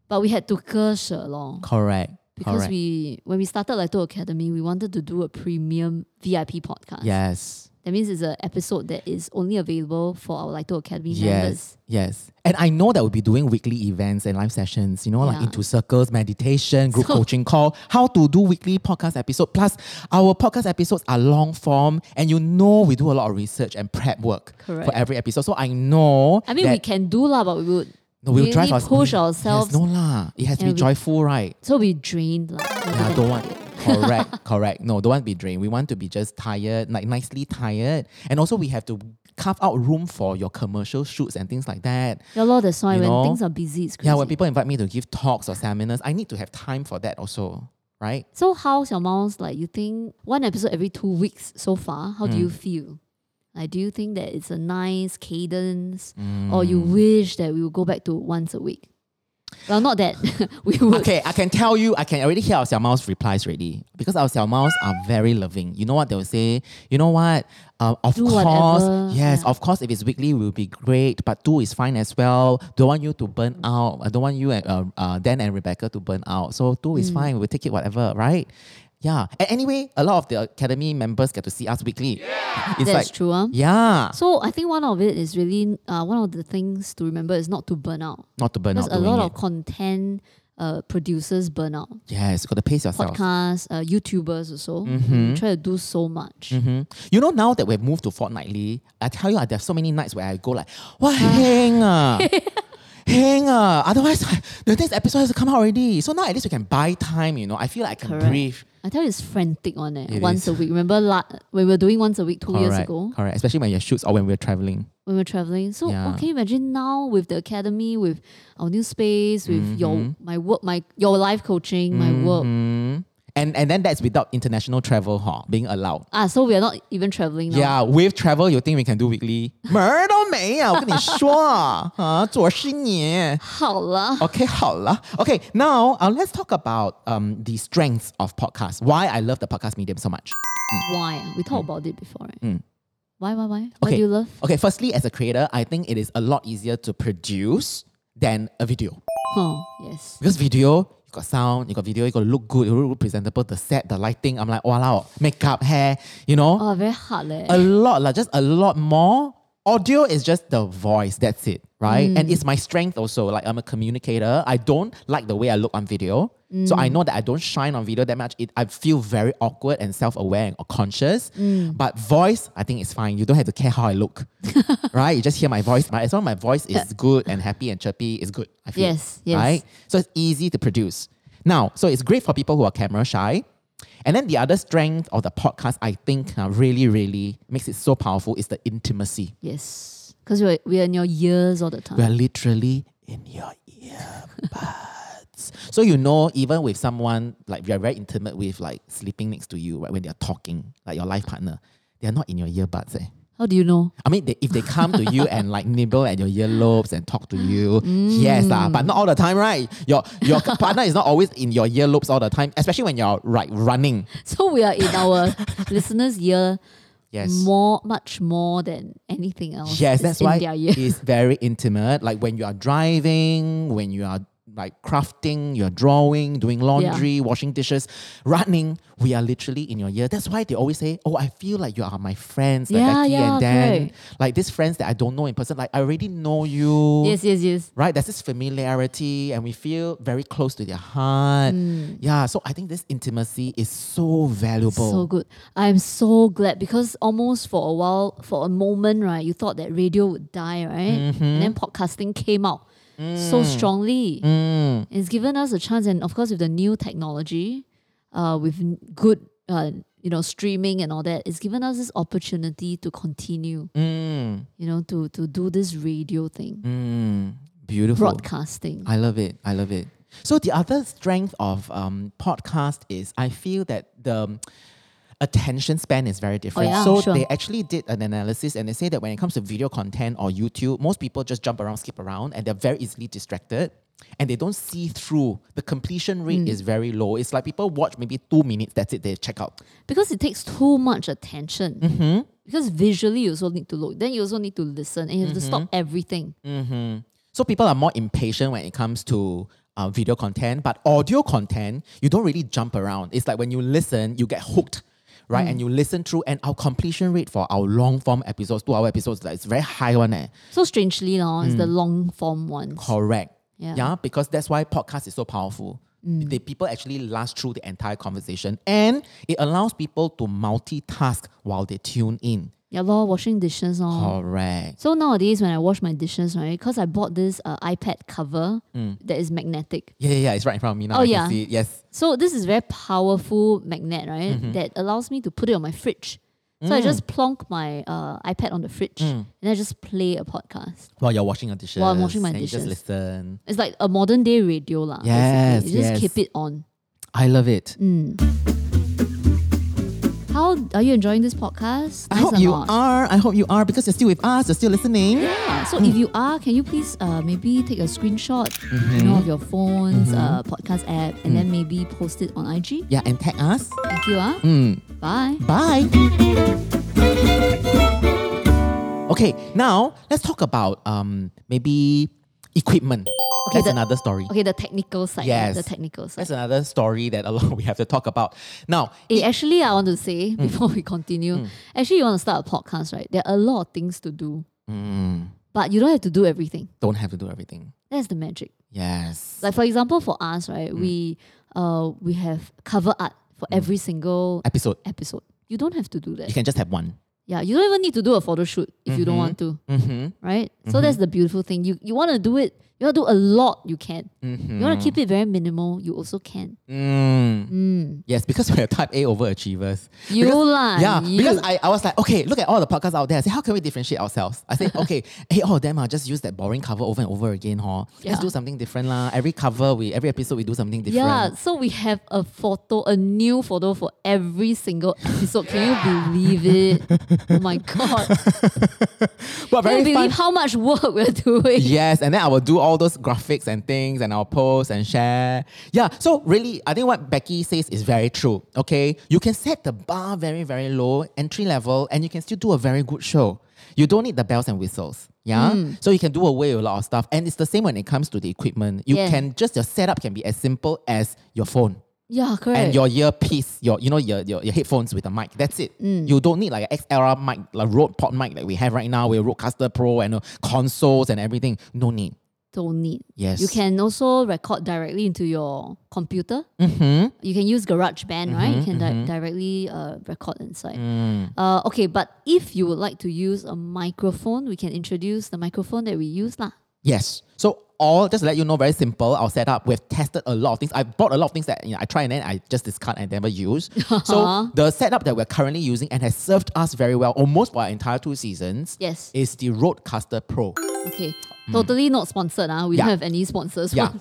S2: But we had to curse along.
S1: Correct.
S2: because
S1: correct.
S2: we when we started Lito Academy, we wanted to do a premium VIP podcast.
S1: yes.
S2: That means it's an episode that is only available for our Lito Academy members.
S1: Yes. Yes. And I know that we'll be doing weekly events and live sessions, you know, like
S2: Yeah.
S1: into circles, meditation, group
S2: So-
S1: coaching call, how to do weekly podcast episode. Plus, our podcast episodes are long form and you know we do a lot of research and prep work
S2: Correct.
S1: for every episode. So I know
S2: I mean,
S1: that
S2: we can do lah, but we would
S1: no, we'll
S2: really
S1: drive our,
S2: push
S1: we-
S2: ourselves.
S1: Yes, no lah. It has to be
S2: And we-
S1: joyful, right?
S2: So we drained lah. rather
S1: Yeah,
S2: than
S1: don't want.
S2: tired. (laughs)
S1: correct, correct. No, don't want to be drained. We want to be just tired, like nicely tired. And also we have to carve out room for your commercial shoots and things like that.
S2: Yeah, lor, that's why
S1: You
S2: when
S1: know?
S2: things are busy, it's crazy.
S1: Yeah, when people invite me to give talks or seminars, I need to have time for that also, right?
S2: so how's your mouse like? You think one episode every two weeks so far? How do you
S1: Hmm.
S2: feel? Like, do you think that it's a nice cadence, or you
S1: Hmm.
S2: wish that we would go back to once a week? Well, not that (laughs) we would.
S1: Okay, I can tell you, I can already hear our Xiao Mao's replies already because our Xiao Mao's are very loving. You know what they will say? You know what? Um, of
S2: Do
S1: course,
S2: whatever,
S1: yes,
S2: yeah.
S1: of course, if it's weekly, will be great, but two is fine as well. Don't want you to burn out. I don't want you and uh, uh, Dan and Rebecca to burn out. So two
S2: Mm.
S1: is fine. We'll take it whatever, right? Yeah. And anyway, a lot of the academy members get to see us weekly. It's
S2: That's
S1: like,
S2: true. ah.
S1: yeah,
S2: So I think one of it is really uh, one of the things to remember is not to burn out.
S1: not to burn
S2: Because
S1: out.
S2: a
S1: doing it.
S2: lot of content uh, producers burn out.
S1: Yes, got to pace yourself.
S2: Podcasts, uh, YouTubers also
S1: Mm-hmm.
S2: try to do so much.
S1: You know, now that we've moved to fortnightly, I tell you, there's so many nights where I go like, what hang
S2: (laughs)
S1: ah, hang ah. Otherwise, (laughs) the next episode has to come out already. So now at least we can buy time. You know, I feel like I can
S2: Correct.
S1: breathe.
S2: I tell you, it's frantic on it,
S1: It
S2: once
S1: is.
S2: a week. Remember la- when we were doing once a week two years
S1: Correct,
S2: ago
S1: correct. Especially when you shoots or when we're traveling.
S2: when we were traveling. So
S1: Yeah.
S2: okay, imagine now with the academy, with our new space, with
S1: Mm-hmm.
S2: your my work, my your life coaching, my work.
S1: Mm. And and then that's without international travel, huh? Being allowed.
S2: Ah, so we are not even traveling now.
S1: Yeah, with travel, you think we can do weekly? (laughs) 门儿都没有，我跟你说啊，做十年。
S2: 好了。
S1: Okay, (laughs) 好了. Okay, now uh, let's talk about um, the strengths of podcasts. Why I love the podcast medium so much.
S2: Why? ah? We talked about it before, right?
S1: Oh. Mm.
S2: Why, why, why? What
S1: Okay.
S2: do you love?
S1: Okay, firstly, as a creator, I think it is a lot easier to produce than a video.
S2: Huh, yes.
S1: Because video, you got sound, you got video, you got to look good, you got to look presentable, the set, the lighting. I'm like, wow, makeup, hair, you know,
S2: Oh, very hard leh.
S1: a lot, like just a lot more. Audio is just the voice, that's it, right? And it's my strength also. Like I'm a communicator. I don't like the way I look on video. So I know that I don't shine on video that much. It, I feel very awkward and self-aware and conscious. But voice, I think it's fine. You don't have to care how I look, right? You just hear my voice. But as long as my voice is good and happy and chirpy, it's good. I feel
S2: Yes, yes.
S1: right? So it's easy to produce. Now, so it's great for people who are camera shy. And then the other strength of the podcast, I think, uh, really, really makes it so powerful is the intimacy.
S2: yes. Because we're, we're in your ears all the time.
S1: We are literally in your earbuds. (laughs) so you know, even with someone like you're very intimate with, like sleeping next to you, right, when they're talking, like your life partner, they're not in your earbuds. Eh.
S2: How do
S1: (laughs)
S2: you know?
S1: I mean, they, if they come to you and like nibble at your earlobes and talk to you, yes, ah, but not all the time, right? Your your (laughs) partner is not always in your earlobes all the time, especially when you're like running.
S2: So we are in our
S1: (laughs)
S2: listeners' ear
S1: Yes.
S2: more, much more than anything else.
S1: Yes,
S2: It's
S1: that's
S2: in
S1: why
S2: their ear.
S1: it's very intimate. Like when you are driving, when you are like crafting, you're drawing, doing laundry, washing dishes, running. We are literally in your ear. That's why they always say, "Oh, I feel like you are my friends, like
S2: Yeah,
S1: Becky
S2: yeah,
S1: and Dan,
S2: correct.
S1: like these friends that I don't know in person. Like I already know you."
S2: (laughs) Yes, yes, yes.
S1: Right, there's this familiarity, and we feel very close to their heart.
S2: Mm.
S1: Yeah, so I think this intimacy is so valuable.
S2: So good. I'm so glad because almost for a while, for a moment, right, you thought that radio would die, right? And then podcasting came out so strongly. It's given us a chance, and of course, with the new technology, uh, with n- good, uh, you know, streaming and all that, it's given us this opportunity to continue, you know, to to do this radio thing,
S1: Beautiful.
S2: broadcasting.
S1: I love it. I love it. So the other strength of um, podcast is I feel that the um, attention span is very different.
S2: Oh, yeah,
S1: so
S2: sure.
S1: they actually did an analysis and they say that when it comes to video content or YouTube, most people just jump around, skip around, and they're very easily distracted. And they don't see through. The completion rate
S2: Mm.
S1: is very low. It's like people watch maybe two minutes, that's it, they check out.
S2: because it takes too much attention. Because visually, you also need to look. Then you also need to listen, and you have to stop everything.
S1: So people are more impatient when it comes to uh, video content, but audio content, you don't really jump around. It's like when you listen, you get hooked, right?
S2: Mm.
S1: And you listen through, and our completion rate for our long form episodes, two hour episodes, like, it's very high one. Eh?
S2: So strangely, now it's
S1: Hmm.
S2: the long form ones.
S1: Correct.
S2: Yeah. Mm.
S1: because that's why podcast is so powerful. The people actually last through the entire conversation, and it allows people to multitask while they tune in.
S2: Yeah, lor, washing dishes. Oh.
S1: Correct.
S2: So nowadays, when I wash my dishes, right, because I bought this uh, iPad cover
S1: Hmm.
S2: that is magnetic.
S1: Yeah, yeah, yeah, it's right in front of me now.
S2: Oh,
S1: I can
S2: yeah.
S1: see it. Yes.
S2: So this is very powerful magnet, right,
S1: Mm-hmm.
S2: that allows me to put it on my fridge. So
S1: Mm.
S2: I just plonk my uh, iPad on the fridge and I just play a podcast.
S1: While you're washing your dishes.
S2: While I'm washing my
S1: and you
S2: dishes.
S1: just listen.
S2: It's like a modern day radio, lah. basically.
S1: Yes,
S2: you just
S1: yes.
S2: keep it on.
S1: I love it.
S2: How are you enjoying this podcast?
S1: I
S2: Nice
S1: hope
S2: or
S1: you
S2: not?
S1: are. I hope you are because you're still with us. You're still listening.
S2: Yeah. So
S1: Hmm.
S2: if you are, can you please uh, maybe take a screenshot you know,
S1: Mm-hmm.
S2: of your phone's uh, podcast app
S1: Hmm.
S2: and then maybe post it on IG?
S1: Yeah, and tag us.
S2: Thank you. Ah.
S1: Hmm.
S2: Bye.
S1: Bye. Okay, now let's talk about um maybe equipment.
S2: Okay,
S1: That's
S2: the-
S1: another story.
S2: Okay, the technical side. yeah,
S1: Yes.
S2: The technical side.
S1: That's another story that a lot (laughs) we have to talk about. Now,
S2: Eh, actually, I want to say
S1: Hmm.
S2: before (laughs) we continue, actually, you want to start a podcast, right? There are a lot of things to do,
S1: Hmm.
S2: but you don't have to do everything.
S1: don't have to do everything.
S2: That's the magic.
S1: Yes.
S2: Like for example, for us, right,
S1: Hmm.
S2: we uh we have cover art for every single
S1: Episode.
S2: episode. You don't have to do that.
S1: Hmm. You can just have one.
S2: Yeah, you don't even need to do a photo shoot if
S1: Mm-hmm.
S2: you don't want to, right? So that's the beautiful thing. You you want to do it, you want to do a lot, you can. You
S1: Mm-hmm.
S2: want to keep it very minimal, you also
S1: (laughs)
S2: can.
S1: Mm. Yes, because (laughs) we're type A overachievers.
S2: You
S1: Because-
S2: lah,
S1: Yeah, because
S2: you.
S1: I, I was like, okay, look at all the podcasts out there. I said, how can we differentiate ourselves? I
S2: (laughs)
S1: said, okay, hey, all of them are just use that boring cover over and over again, huh?
S2: Yeah.
S1: Let's do something different lah. Every cover, we every episode, we do something different.
S2: Yeah, so we have a photo, a new photo for every single episode. Can you believe it? Oh my god!
S1: But (laughs)
S2: Can you
S1: very fun.
S2: believe how much work we're (laughs) doing?
S1: (laughs) Yes, and then I will do all those graphics and things, and I'll post and share. Yeah, so really, I think what Becky says is very true. Okay, you can set the bar very, very low, entry level, and you can still do a very good show. You don't need the bells and whistles. Yeah, so you can do away with a lot of stuff, and it's the same when it comes to the equipment. You
S2: Yeah.
S1: can just your setup can be as simple as your phone.
S2: Yeah, correct.
S1: And your earpiece, your you know your, your, your headphones with a mic. That's it.
S2: Mm.
S1: You don't need like an XLR mic, like Rode pod mic that we have right now with Rodecaster Pro and uh, consoles and everything. No need.
S2: don't need.
S1: Yes.
S2: You can also record directly into your computer. Mm-hmm. You can use GarageBand, right? You
S1: Mm-hmm,
S2: can di- directly uh, record inside.
S1: Mm.
S2: Uh, okay, but if you would like to use a microphone, we can introduce the microphone that we use. Lah.
S1: Yes. So all just to let you know, very simple. Our setup. We've tested a lot of things. I bought a lot of things that you know I try and then I just discard and never
S2: (laughs)
S1: use.
S2: Uh-huh.
S1: so the setup that we're currently using and has served us very well almost for our entire two seasons.
S2: Yes.
S1: Is the Rodecaster Pro.
S2: Okay. Totally not sponsored. Ah, We
S1: Mm. Yeah.
S2: don't have any sponsors. (laughs)
S1: Yeah.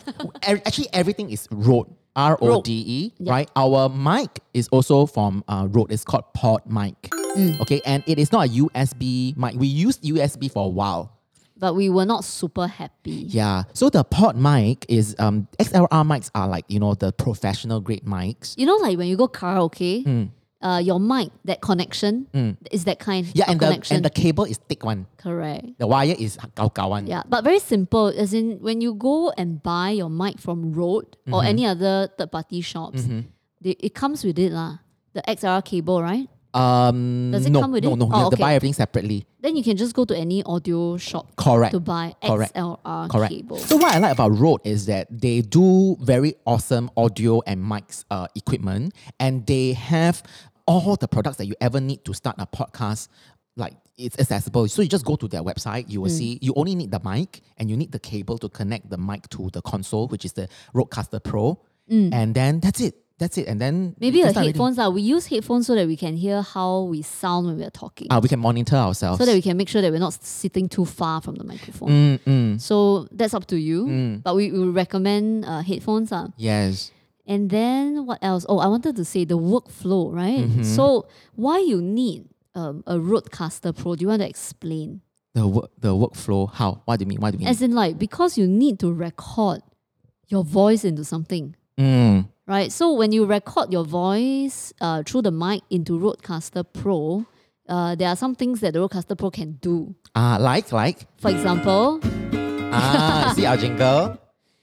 S1: E- Actually, everything is Rode. R O D E,
S2: Yeah.
S1: right? Our mic is also from uh, Rode. It's called Pod Mic.
S2: Mm.
S1: Okay, and it is not a USB mic. We used USB for a while.
S2: But we were not super happy.
S1: Yeah. So the pod mic is um XLR mics are like you know the professional grade mics. Mm.
S2: You know, like when you go karaoke, uh, your mic, that connection is that kind
S1: Yeah,
S2: of
S1: and the,
S2: connection.
S1: and the cable is thick one.
S2: Correct.
S1: The wire is gao gao one.
S2: Yeah, but very simple. As in, when you go and buy your mic from Rode
S1: Mm-hmm.
S2: or any other third party shops, they, it comes with it lah. The XLR cable, right?
S1: Um,
S2: Does it
S1: no,
S2: come with
S1: no,
S2: it?
S1: no. You
S2: Oh,
S1: have to
S2: okay.
S1: buy everything separately.
S2: Then you can just go to any audio shop
S1: Correct.
S2: to buy
S1: Correct.
S2: XLR
S1: Correct.
S2: cable.
S1: So what I like about Rode is that they do very awesome audio and mics uh, equipment, and they have all the products that you ever need to start a podcast. Like it's accessible. So you just go to their website. You will
S2: Hmm.
S1: see you only need the mic and you need the cable to connect the mic to the console, which is the Rodecaster Pro, and then that's it. That's it. And then
S2: Hmm. Maybe
S1: you can
S2: the
S1: start already.
S2: headphones lah. We use headphones so that we can hear how we sound when we are talking.
S1: Ah, we can monitor ourselves.
S2: so that we can make sure that we're not sitting too far from the microphone.
S1: Mm,
S2: So that's up to you. But we, we would recommend uh, headphones. lah.
S1: yes.
S2: And then what else? Oh, I wanted to say the workflow, right? So why you need um, a Rodecaster Pro? Do you want to explain?
S1: The work the workflow. How? What do you mean? What do you mean?
S2: As in, like because you need to record your voice into something,
S1: Mm.
S2: right? So when you record your voice uh, through the mic into Rodecaster Pro, uh, there are some things that the Rodecaster Pro can do.
S1: Ah, like like.
S2: For example,
S1: Ah, (laughs) see our jingle.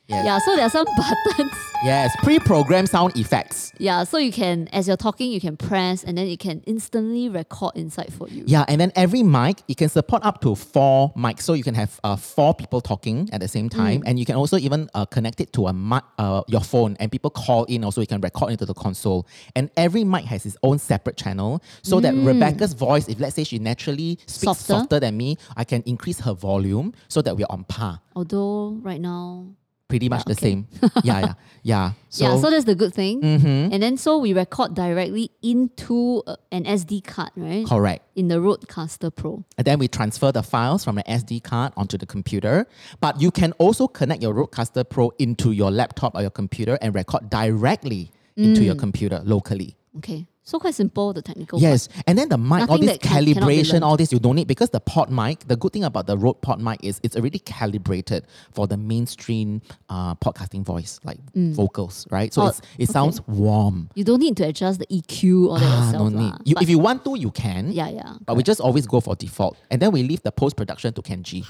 S1: Yes.
S2: yeah. So there are some (laughs) buttons.
S1: Yes, pre-programmed sound effects.
S2: Yeah, so you can, as you're talking, you can press and then it can instantly record inside for you.
S1: Yeah, and then every mic it can support up to four mics, so you can have uh, four people talking at the same time, and you can also even uh, connect it to a mic, uh, your phone, and people call in also. You can record into the console, and every mic has its own separate channel, so that Rebecca's voice, if let's say she naturally speaks
S2: Softer.
S1: Mm. softer. than me, I can increase her volume so that we're on par,
S2: Although right now,
S1: pretty much the
S2: okay.
S1: same. yeah, yeah, (laughs) yeah. So, Mm-hmm.
S2: yeah, so that's the good thing. And then so we record directly into uh, an SD card, right?
S1: correct.
S2: In the Rodecaster Pro.
S1: And then we transfer the files from the SD card onto the computer. But you can also connect your Rodecaster Pro into your laptop or your computer and record directly into
S2: Mm.
S1: your computer locally.
S2: Okay, so quite simple the technical. part.
S1: Yes. And then the mic, all
S2: Oh, Nothing
S1: this
S2: that can- cannot be
S1: calibration,
S2: learned.
S1: all this you don't need because the pod mic, the good thing about the Rode pod mic is it's already calibrated for the mainstream uh, podcasting voice, like vocals, right? So
S2: Mm. Oh,
S1: it's, it sounds warm.
S2: You don't need to adjust the EQ or that
S1: Ah, no
S2: yourself.
S1: need.
S2: lah.
S1: You,
S2: But-
S1: if you want to, you can.
S2: yeah, yeah.
S1: But we just always go for default. And then we leave the post production to Kenji.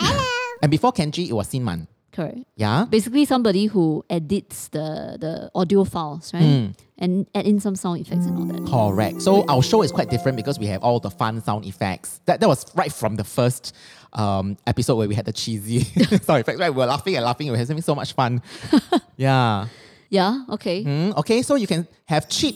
S1: And before Kenji, it was Sinman.
S2: Correct.
S1: Yeah?
S2: Basically, somebody who edits the, the audio files, right?
S1: Mm.
S2: And add in some sound effects and all that.
S1: Correct. So our show is quite different because we have all the fun sound effects. That, that was right from the first um, episode where we had the cheesy (laughs) sound effects, right? We were laughing and laughing. We were having so much fun. yeah.
S2: Yeah, okay.
S1: Mm, okay, so you can have cheap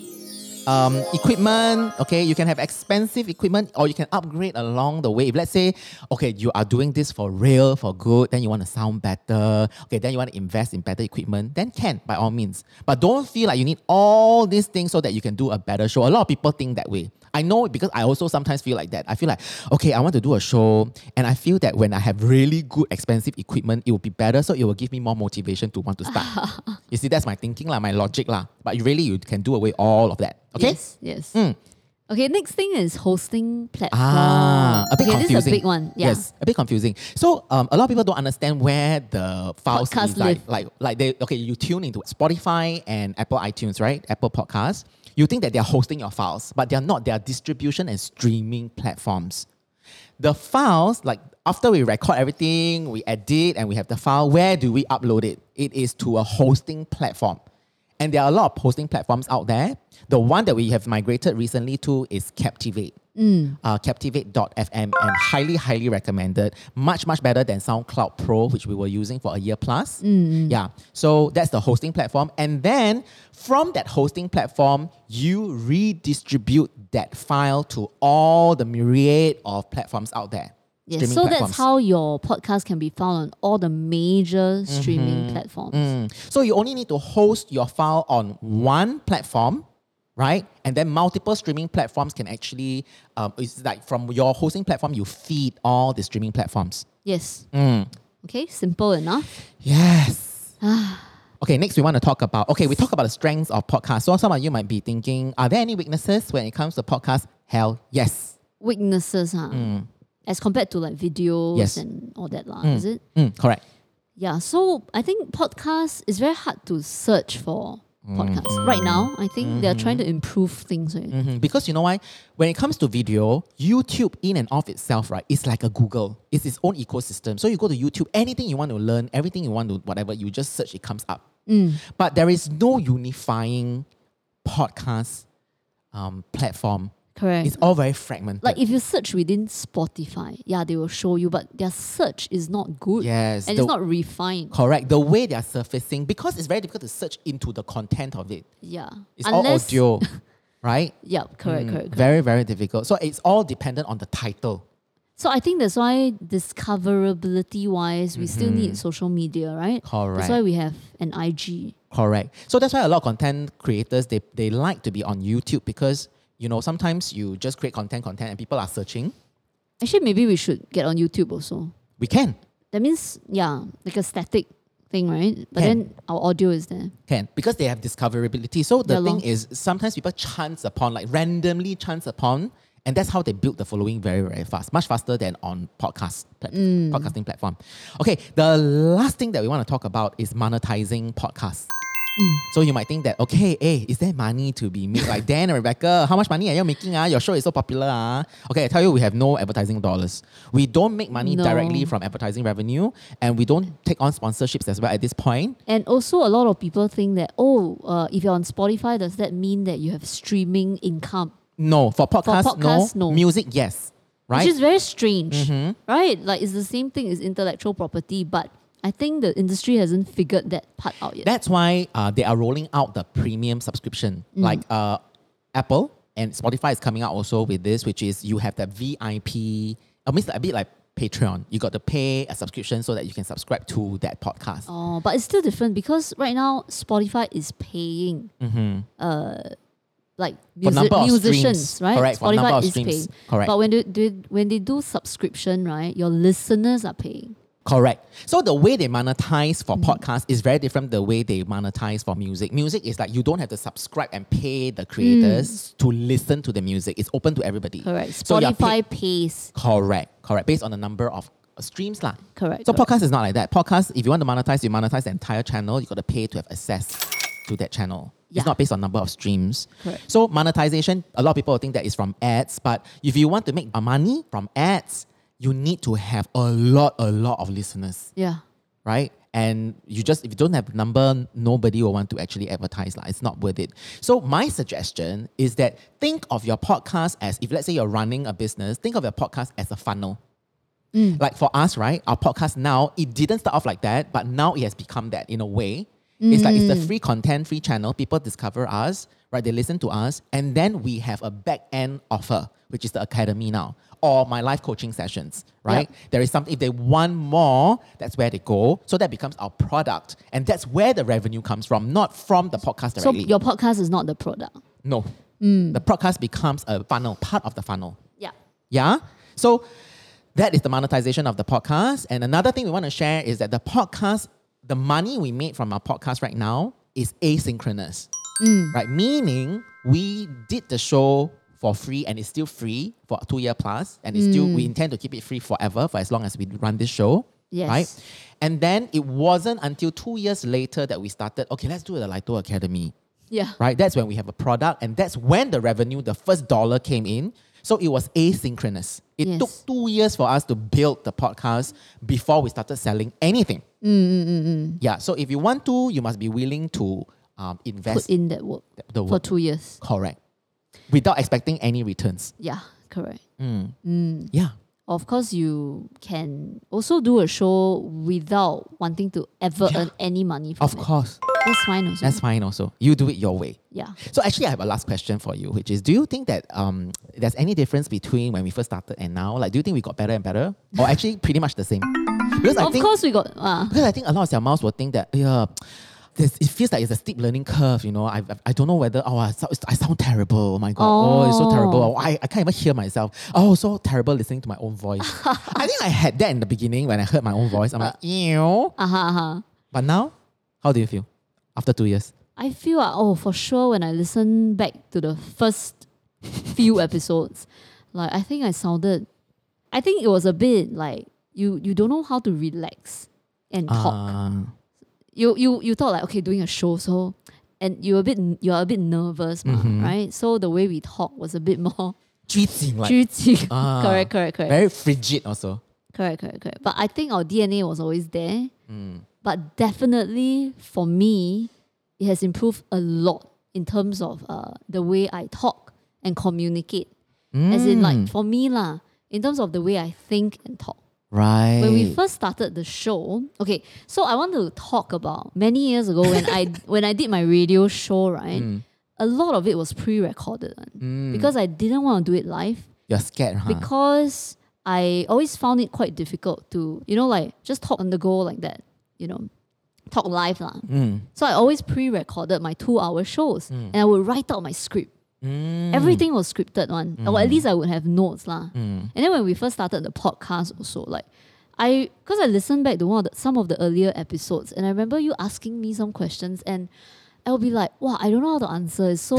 S1: um, equipment. Okay, you can have expensive equipment, or you can upgrade along the way. If let's say, okay, you are doing this for real, for good, then you want to sound better. Okay, then you want to invest in better equipment. Then can by all means, but don't feel like you need all these things so that you can do a better show. A lot of people think that way. I know because I also sometimes feel like that. I feel like, okay, I want to do a show, and I feel that when I have really good, expensive equipment, it will be better. So it will give me more motivation to want to start. you see, that's my thinking, lah, my logic. lah. But you really, you can do away all of that. Okay? Mm.
S2: Yes. Yes. Okay. Next thing is hosting platform.
S1: Ah, a bit
S2: okay,
S1: confusing.
S2: This is a big one. Yeah.
S1: Yes, a bit confusing. So um, a lot of people don't understand where the files
S2: Podcasts
S1: reside.
S2: live.
S1: Like, like they okay, you tune into Spotify and Apple iTunes, right? Apple Podcasts. You think that they're hosting your files, but they're not. They're distribution and streaming platforms. The files, like after we record everything, we edit and we have the file, where do we upload it? It is to a hosting platform. And there are a lot of hosting platforms out there. The one that we have migrated recently to is Captivate uh, captivate.fm and highly, highly recommended. Much, much better than SoundCloud Pro, which we were using for a year plus.
S2: Mm,
S1: Yeah. So that's the hosting platform. And then from that hosting platform, you redistribute that file to all the myriad of platforms out there.
S2: Yes,
S1: Streaming
S2: so
S1: platforms.
S2: that's how your podcast can be found on all the major
S1: Mm-hmm.
S2: streaming platforms.
S1: Mm. So you only need to host your file on one platform, right? And then multiple streaming platforms can actually, um, it's like from your hosting platform, you feed all the streaming platforms.
S2: Yes.
S1: Mm.
S2: Okay, simple enough.
S1: Yes.
S2: Ah.
S1: okay, next we want to talk about, okay, we talk about the strengths of podcasts. So some of you might be thinking, are there any weaknesses when it comes to podcasts? Hell yes.
S2: Weaknesses, huh? As compared to like videos
S1: Mm. Yes.
S2: and all that, lah, is it?
S1: Mm, correct.
S2: Yeah, so I think podcast is very hard to search for
S1: Mm.
S2: podcasts. Right now, I think they're trying to
S1: Mm-hmm.
S2: improve things. Right?
S1: Mhm. Because you know why? When it comes to video, YouTube in and of itself, right, it's like a Google. It's its own ecosystem. So you go to YouTube, anything you want to learn, everything you want to, whatever, you just search, it comes up.
S2: Mm.
S1: But there is no unifying podcast um, platform.
S2: Correct.
S1: It's all very fragmented.
S2: like if you search within Spotify, yeah, they will show you, but their search is not good.
S1: Yes,
S2: And
S1: the-
S2: it's not refined.
S1: Correct. The way they are surfacing, because it's very difficult to search into the content of it.
S2: yeah.
S1: It's
S2: (laughs)
S1: all audio, right?
S2: Yeah, correct,
S1: Mm,
S2: correct, correct.
S1: Very, very difficult. So it's all dependent on the title.
S2: So I think that's why discoverability wise, we still need social media, right?
S1: Mm-hmm. Correct.
S2: That's why we have an IG.
S1: Correct. So that's why a lot of content creators they, they like to be on YouTube because you know sometimes you just create content, content, and people are searching.
S2: Actually, maybe we should get on YouTube also.
S1: We can,
S2: That means, yeah, like a static thing, right? But
S1: Yeah.
S2: then our audio is there.
S1: can because they have discoverability. So the
S2: Yeah lor.
S1: thing is sometimes people chance upon like randomly chance upon, and that's how they build the following very very fast, much faster than on podcast plat-
S2: Mm.
S1: podcasting platform. Okay, the last thing that we want to talk about is monetizing podcasts.
S2: Mm.
S1: So you might think that okay, hey, is there money to be made? Like Dan and Rebecca, how much money are you making? Ah, your show is so popular. Ah, okay, I tell you, we have no advertising dollars. We don't make money
S2: No.
S1: directly from advertising revenue, and we don't take on sponsorships as well at this point.
S2: And also, a lot of people think that, oh, uh, if you're on Spotify, does that mean that you have streaming income?
S1: No, for podcasts,
S2: podcasts, no.
S1: Music, yes, right? Mm-hmm.
S2: Which is very strange, right? Like, it's the same thing as intellectual property, but I think the industry hasn't figured that part out yet.
S1: That's why uh, they are rolling out the premium subscription,
S2: Mm.
S1: like uh, Apple and Spotify is coming out also with this, which is you have the VIP. I mean, it's a bit like Patreon. You got to pay a subscription so that you can subscribe to that podcast.
S2: Oh, but it's still different because right now Spotify is paying, uh, like
S1: Mm-hmm. For
S2: music-
S1: number of
S2: musicians,
S1: streams.
S2: right?
S1: Correct, for
S2: Spotify
S1: number of
S2: is
S1: streams.
S2: paying.
S1: Correct.
S2: But when they, they when they do subscription, right, your listeners are paying.
S1: Correct. So the way they monetize for
S2: Mm-hmm.
S1: podcasts is very different the way they monetize for music. Music is like you don't have to subscribe and pay the creators to listen to the music. It's open to everybody.
S2: Mm. Correct.
S1: So you are
S2: Spotify pays.
S1: Correct, correct. Based on the number of uh, streams, lah.
S2: Correct,
S1: So
S2: correct.
S1: podcast is not like that. Podcast, if you want to monetize, you monetize the entire channel. You got to pay to have access to that channel.
S2: Yeah.
S1: It's not based on number of streams.
S2: Correct.
S1: So monetization, a lot of people think that is from ads, but if you want to make uh, money from ads, you need to have a lot, a lot of listeners,
S2: Yeah.
S1: right? And you just if you don't have number, nobody will want to actually advertise. Like it's not worth it. So my suggestion is that think of your podcast as if let's say you're running a business, think of your podcast as a funnel. Like for us, right? Our podcast now, it didn't start off like that, but now it has become that in a way. It's like it's the
S2: Mm.
S1: free content, free channel. People discover us, right? They listen to us. And then we have a back end offer, which is the academy now, or my life coaching sessions, right? There is something, if they want more, that's where they go. So that becomes our product. And that's where the revenue comes from, not from the podcast
S2: So
S1: directly.
S2: your Mm. podcast is not the product.
S1: no. The podcast becomes a funnel, part of the funnel.
S2: Yeah.
S1: Yeah. So that is the monetization of the podcast. And another thing we want to share is that the podcast, the money we made from our podcast right now is asynchronous, right? Meaning we did the show for free and it's still free for two year plus and it's still we intend to keep it free forever for as long as we run this show
S2: Yes.
S1: right and then it wasn't until two years later that we started okay let's do the lito academy
S2: Yeah.
S1: right? That's when we have a product, and that's when the revenue, the first dollar came in. So it was asynchronous. It
S2: Yes.
S1: took two years for us to build the podcast before we started selling anything.
S2: Mm,
S1: Yeah. So if you want to, you must be willing to um,
S2: Put
S1: invest
S2: in that work
S1: the- the
S2: for
S1: work.
S2: two years.
S1: Correct. Without expecting any returns.
S2: Yeah. Correct.
S1: Mm. Yeah.
S2: Of course, you can also do a show without wanting to ever
S1: Yeah.
S2: earn any money from
S1: Of
S2: it.
S1: course.
S2: That's fine also.
S1: That's fine also. You do it your way.
S2: yeah.
S1: So actually, I have a last question for you, which is: Do you think that um, there's any difference between when we first started and now? Like, do you think we got better and better, or actually pretty much the same? Because I
S2: Of
S1: think
S2: course, we got. Uh,
S1: because I think a lot of Xiao Mouse will think that yeah. This, it feels like it's a steep learning curve, you know. I, I, I don't know whether oh I, sou- I sound terrible. Oh my god, oh, it's so
S2: Oh.
S1: terrible. Oh, I, I can't even hear myself. Oh, so terrible listening to my own voice.
S2: (laughs)
S1: I think I had that in the beginning when I heard my own voice. I'm
S2: Uh.
S1: like ew.
S2: uh-huh, uh-huh.
S1: But now, how do you feel after two years?
S2: I feel, uh, oh, for sure, when I listen back to the first few (laughs) episodes, like, I think I sounded, I think it was a bit like you, you don't know how to relax and talk.
S1: Ah.
S2: You, you, you thought, like, okay, doing a show, so and you're a bit you're a bit nervous, mah,
S1: Mm-hmm.
S2: right? So the way we talk was a bit more (laughs)
S1: 拘谨, like,
S2: 拘谨.
S1: Ah.
S2: correct, correct, correct,
S1: very frigid also.
S2: correct, correct, correct. But I think our DNA was always there. But definitely for me, it has improved a lot in terms of uh, the way I talk and communicate. As in, like for me lah, in terms of the way I think and talk.
S1: Right.
S2: when we first started the show okay so i want to talk about many years ago when i when i did my radio show right a lot of it was pre-recorded one, because i didn't want to do it live
S1: You're scared, huh?
S2: because i always found it quite difficult to you know like just talk on the go like that you know talk live lah. so i always pre-recorded my two hour shows and i would write out my script Everything was scripted one, or at least I would have notes lah. And then when we first started the podcast, also like I, because I listened back to one of the, some of the earlier episodes, and I remember you asking me some questions, and I'll be like, "Wow, I don't know how to answer." It's so,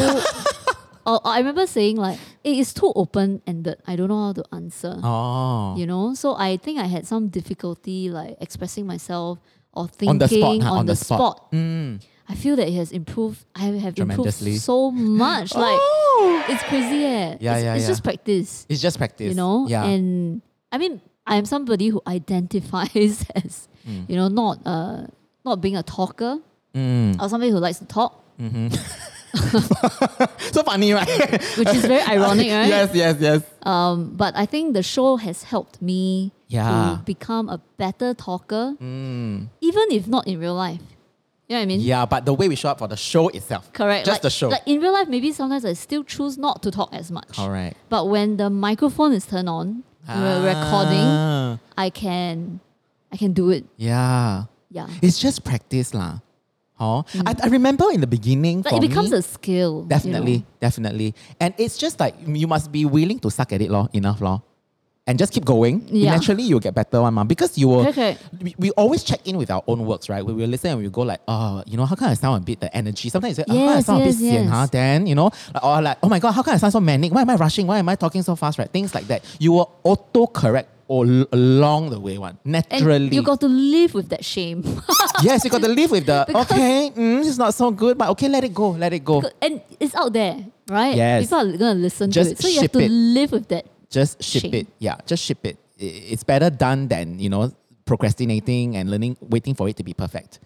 S2: or, or I remember saying like, "It is too open ended. I don't know how to answer."
S1: oh.
S2: You know, so I think I had some difficulty like expressing myself or thinking
S1: On the spot, huh?
S2: on
S1: On
S2: the
S1: the spot. Mm.
S2: spot. I feel that it has improved. I have improved
S1: Tremendously. (laughs)
S2: so much. Like
S1: Oh.
S2: it's crazy,
S1: Yeah,
S2: eh? it's,
S1: yeah,
S2: it's
S1: yeah.
S2: just practice,
S1: It's just practice.
S2: you know.
S1: Yeah.
S2: And I mean, I am somebody who identifies (laughs) as,
S1: Hmm.
S2: you know, not uh, not being a talker
S1: Mm.
S2: or somebody who likes to talk,
S1: So funny,
S2: (laughs)
S1: right?
S2: which is very
S1: (laughs)
S2: ironic, right?
S1: yes, yes, yes.
S2: Um, but I think the show has helped me
S1: Yeah. Mm.
S2: to become a better talker, even if not in real life. You know what I mean?
S1: Yeah, but the way we show up for the show itself.
S2: Correct.
S1: Just
S2: like,
S1: the show.
S2: Like in real life, maybe sometimes I still choose not to talk as much.
S1: Correct.
S2: But when the microphone is turned on, we're recording,
S1: Ah,
S2: I can, I can do it.
S1: Yeah.
S2: Yeah.
S1: It's just practice, lah. Huh? I, I remember in the beginning.
S2: Mm. Like
S1: for
S2: it becomes
S1: me,
S2: a skill. you know.
S1: Definitely, definitely. And it's just like you must be willing to suck at it, law, enough, law. And just keep going.
S2: Yeah.
S1: Naturally, you'll get better one, mom. Because you will.
S2: Correct,
S1: We, we always check in with our own works, right? We will listen and we go like, oh, you know, how come I sound a bit the energy? Sometimes you say, oh, I
S2: Yes,
S1: sound a bit
S2: yes,
S1: sian, huh?
S2: yes.
S1: Then you know, like, or like, oh my god, how come I sound so manic? Why am I rushing? Why am I talking so fast? Right? Things like that. You will auto correct all along the way, one
S2: And
S1: naturally.
S2: you got to live with that shame. (laughs)
S1: yes, you got to live with the
S2: Because-
S1: okay, mm, it's not so good, but okay, let it go, let it go.
S2: and it's out there, right?
S1: Yes.
S2: People are gonna listen
S1: Just
S2: to it. So you have
S1: ship
S2: to
S1: it.
S2: live with that.
S1: just ship
S2: Shame.
S1: it. Yeah, just ship it. I- It's better done than you know procrastinating and learning, waiting for it to be perfect.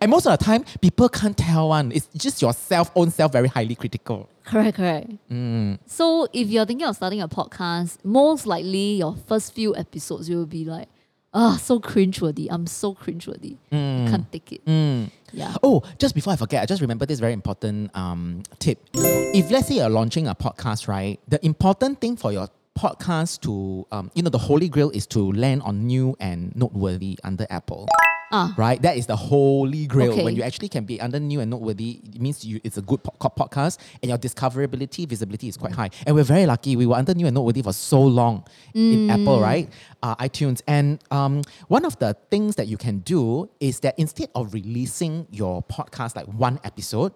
S1: And most of the time, people can't tell one. It's just yourself, own self, very highly critical.
S2: Correct, correct.
S1: Mm.
S2: So if you're thinking of starting a podcast, most likely your first few episodes you will be like, ah, so cringeworthy. I'm so cringeworthy.
S1: Mm.
S2: I can't take it. Yeah.
S1: Oh, just before I forget, I just remember this very important um, tip. If let's say you're launching a podcast, right, the important thing for your podcast to, um, you know, the holy grail is to land on new and noteworthy under Apple.
S2: Ah.
S1: Right, that is the holy grail.
S2: Okay.
S1: When you actually can be under new and noteworthy, it means you it's a good po- co- podcast, and your discoverability, visibility is quite high. And we're very lucky; we were under new and noteworthy for so long in
S2: Mm.
S1: Apple, right? Uh, iTunes, and um, one of the things that you can do is that instead of releasing your podcast like one episode,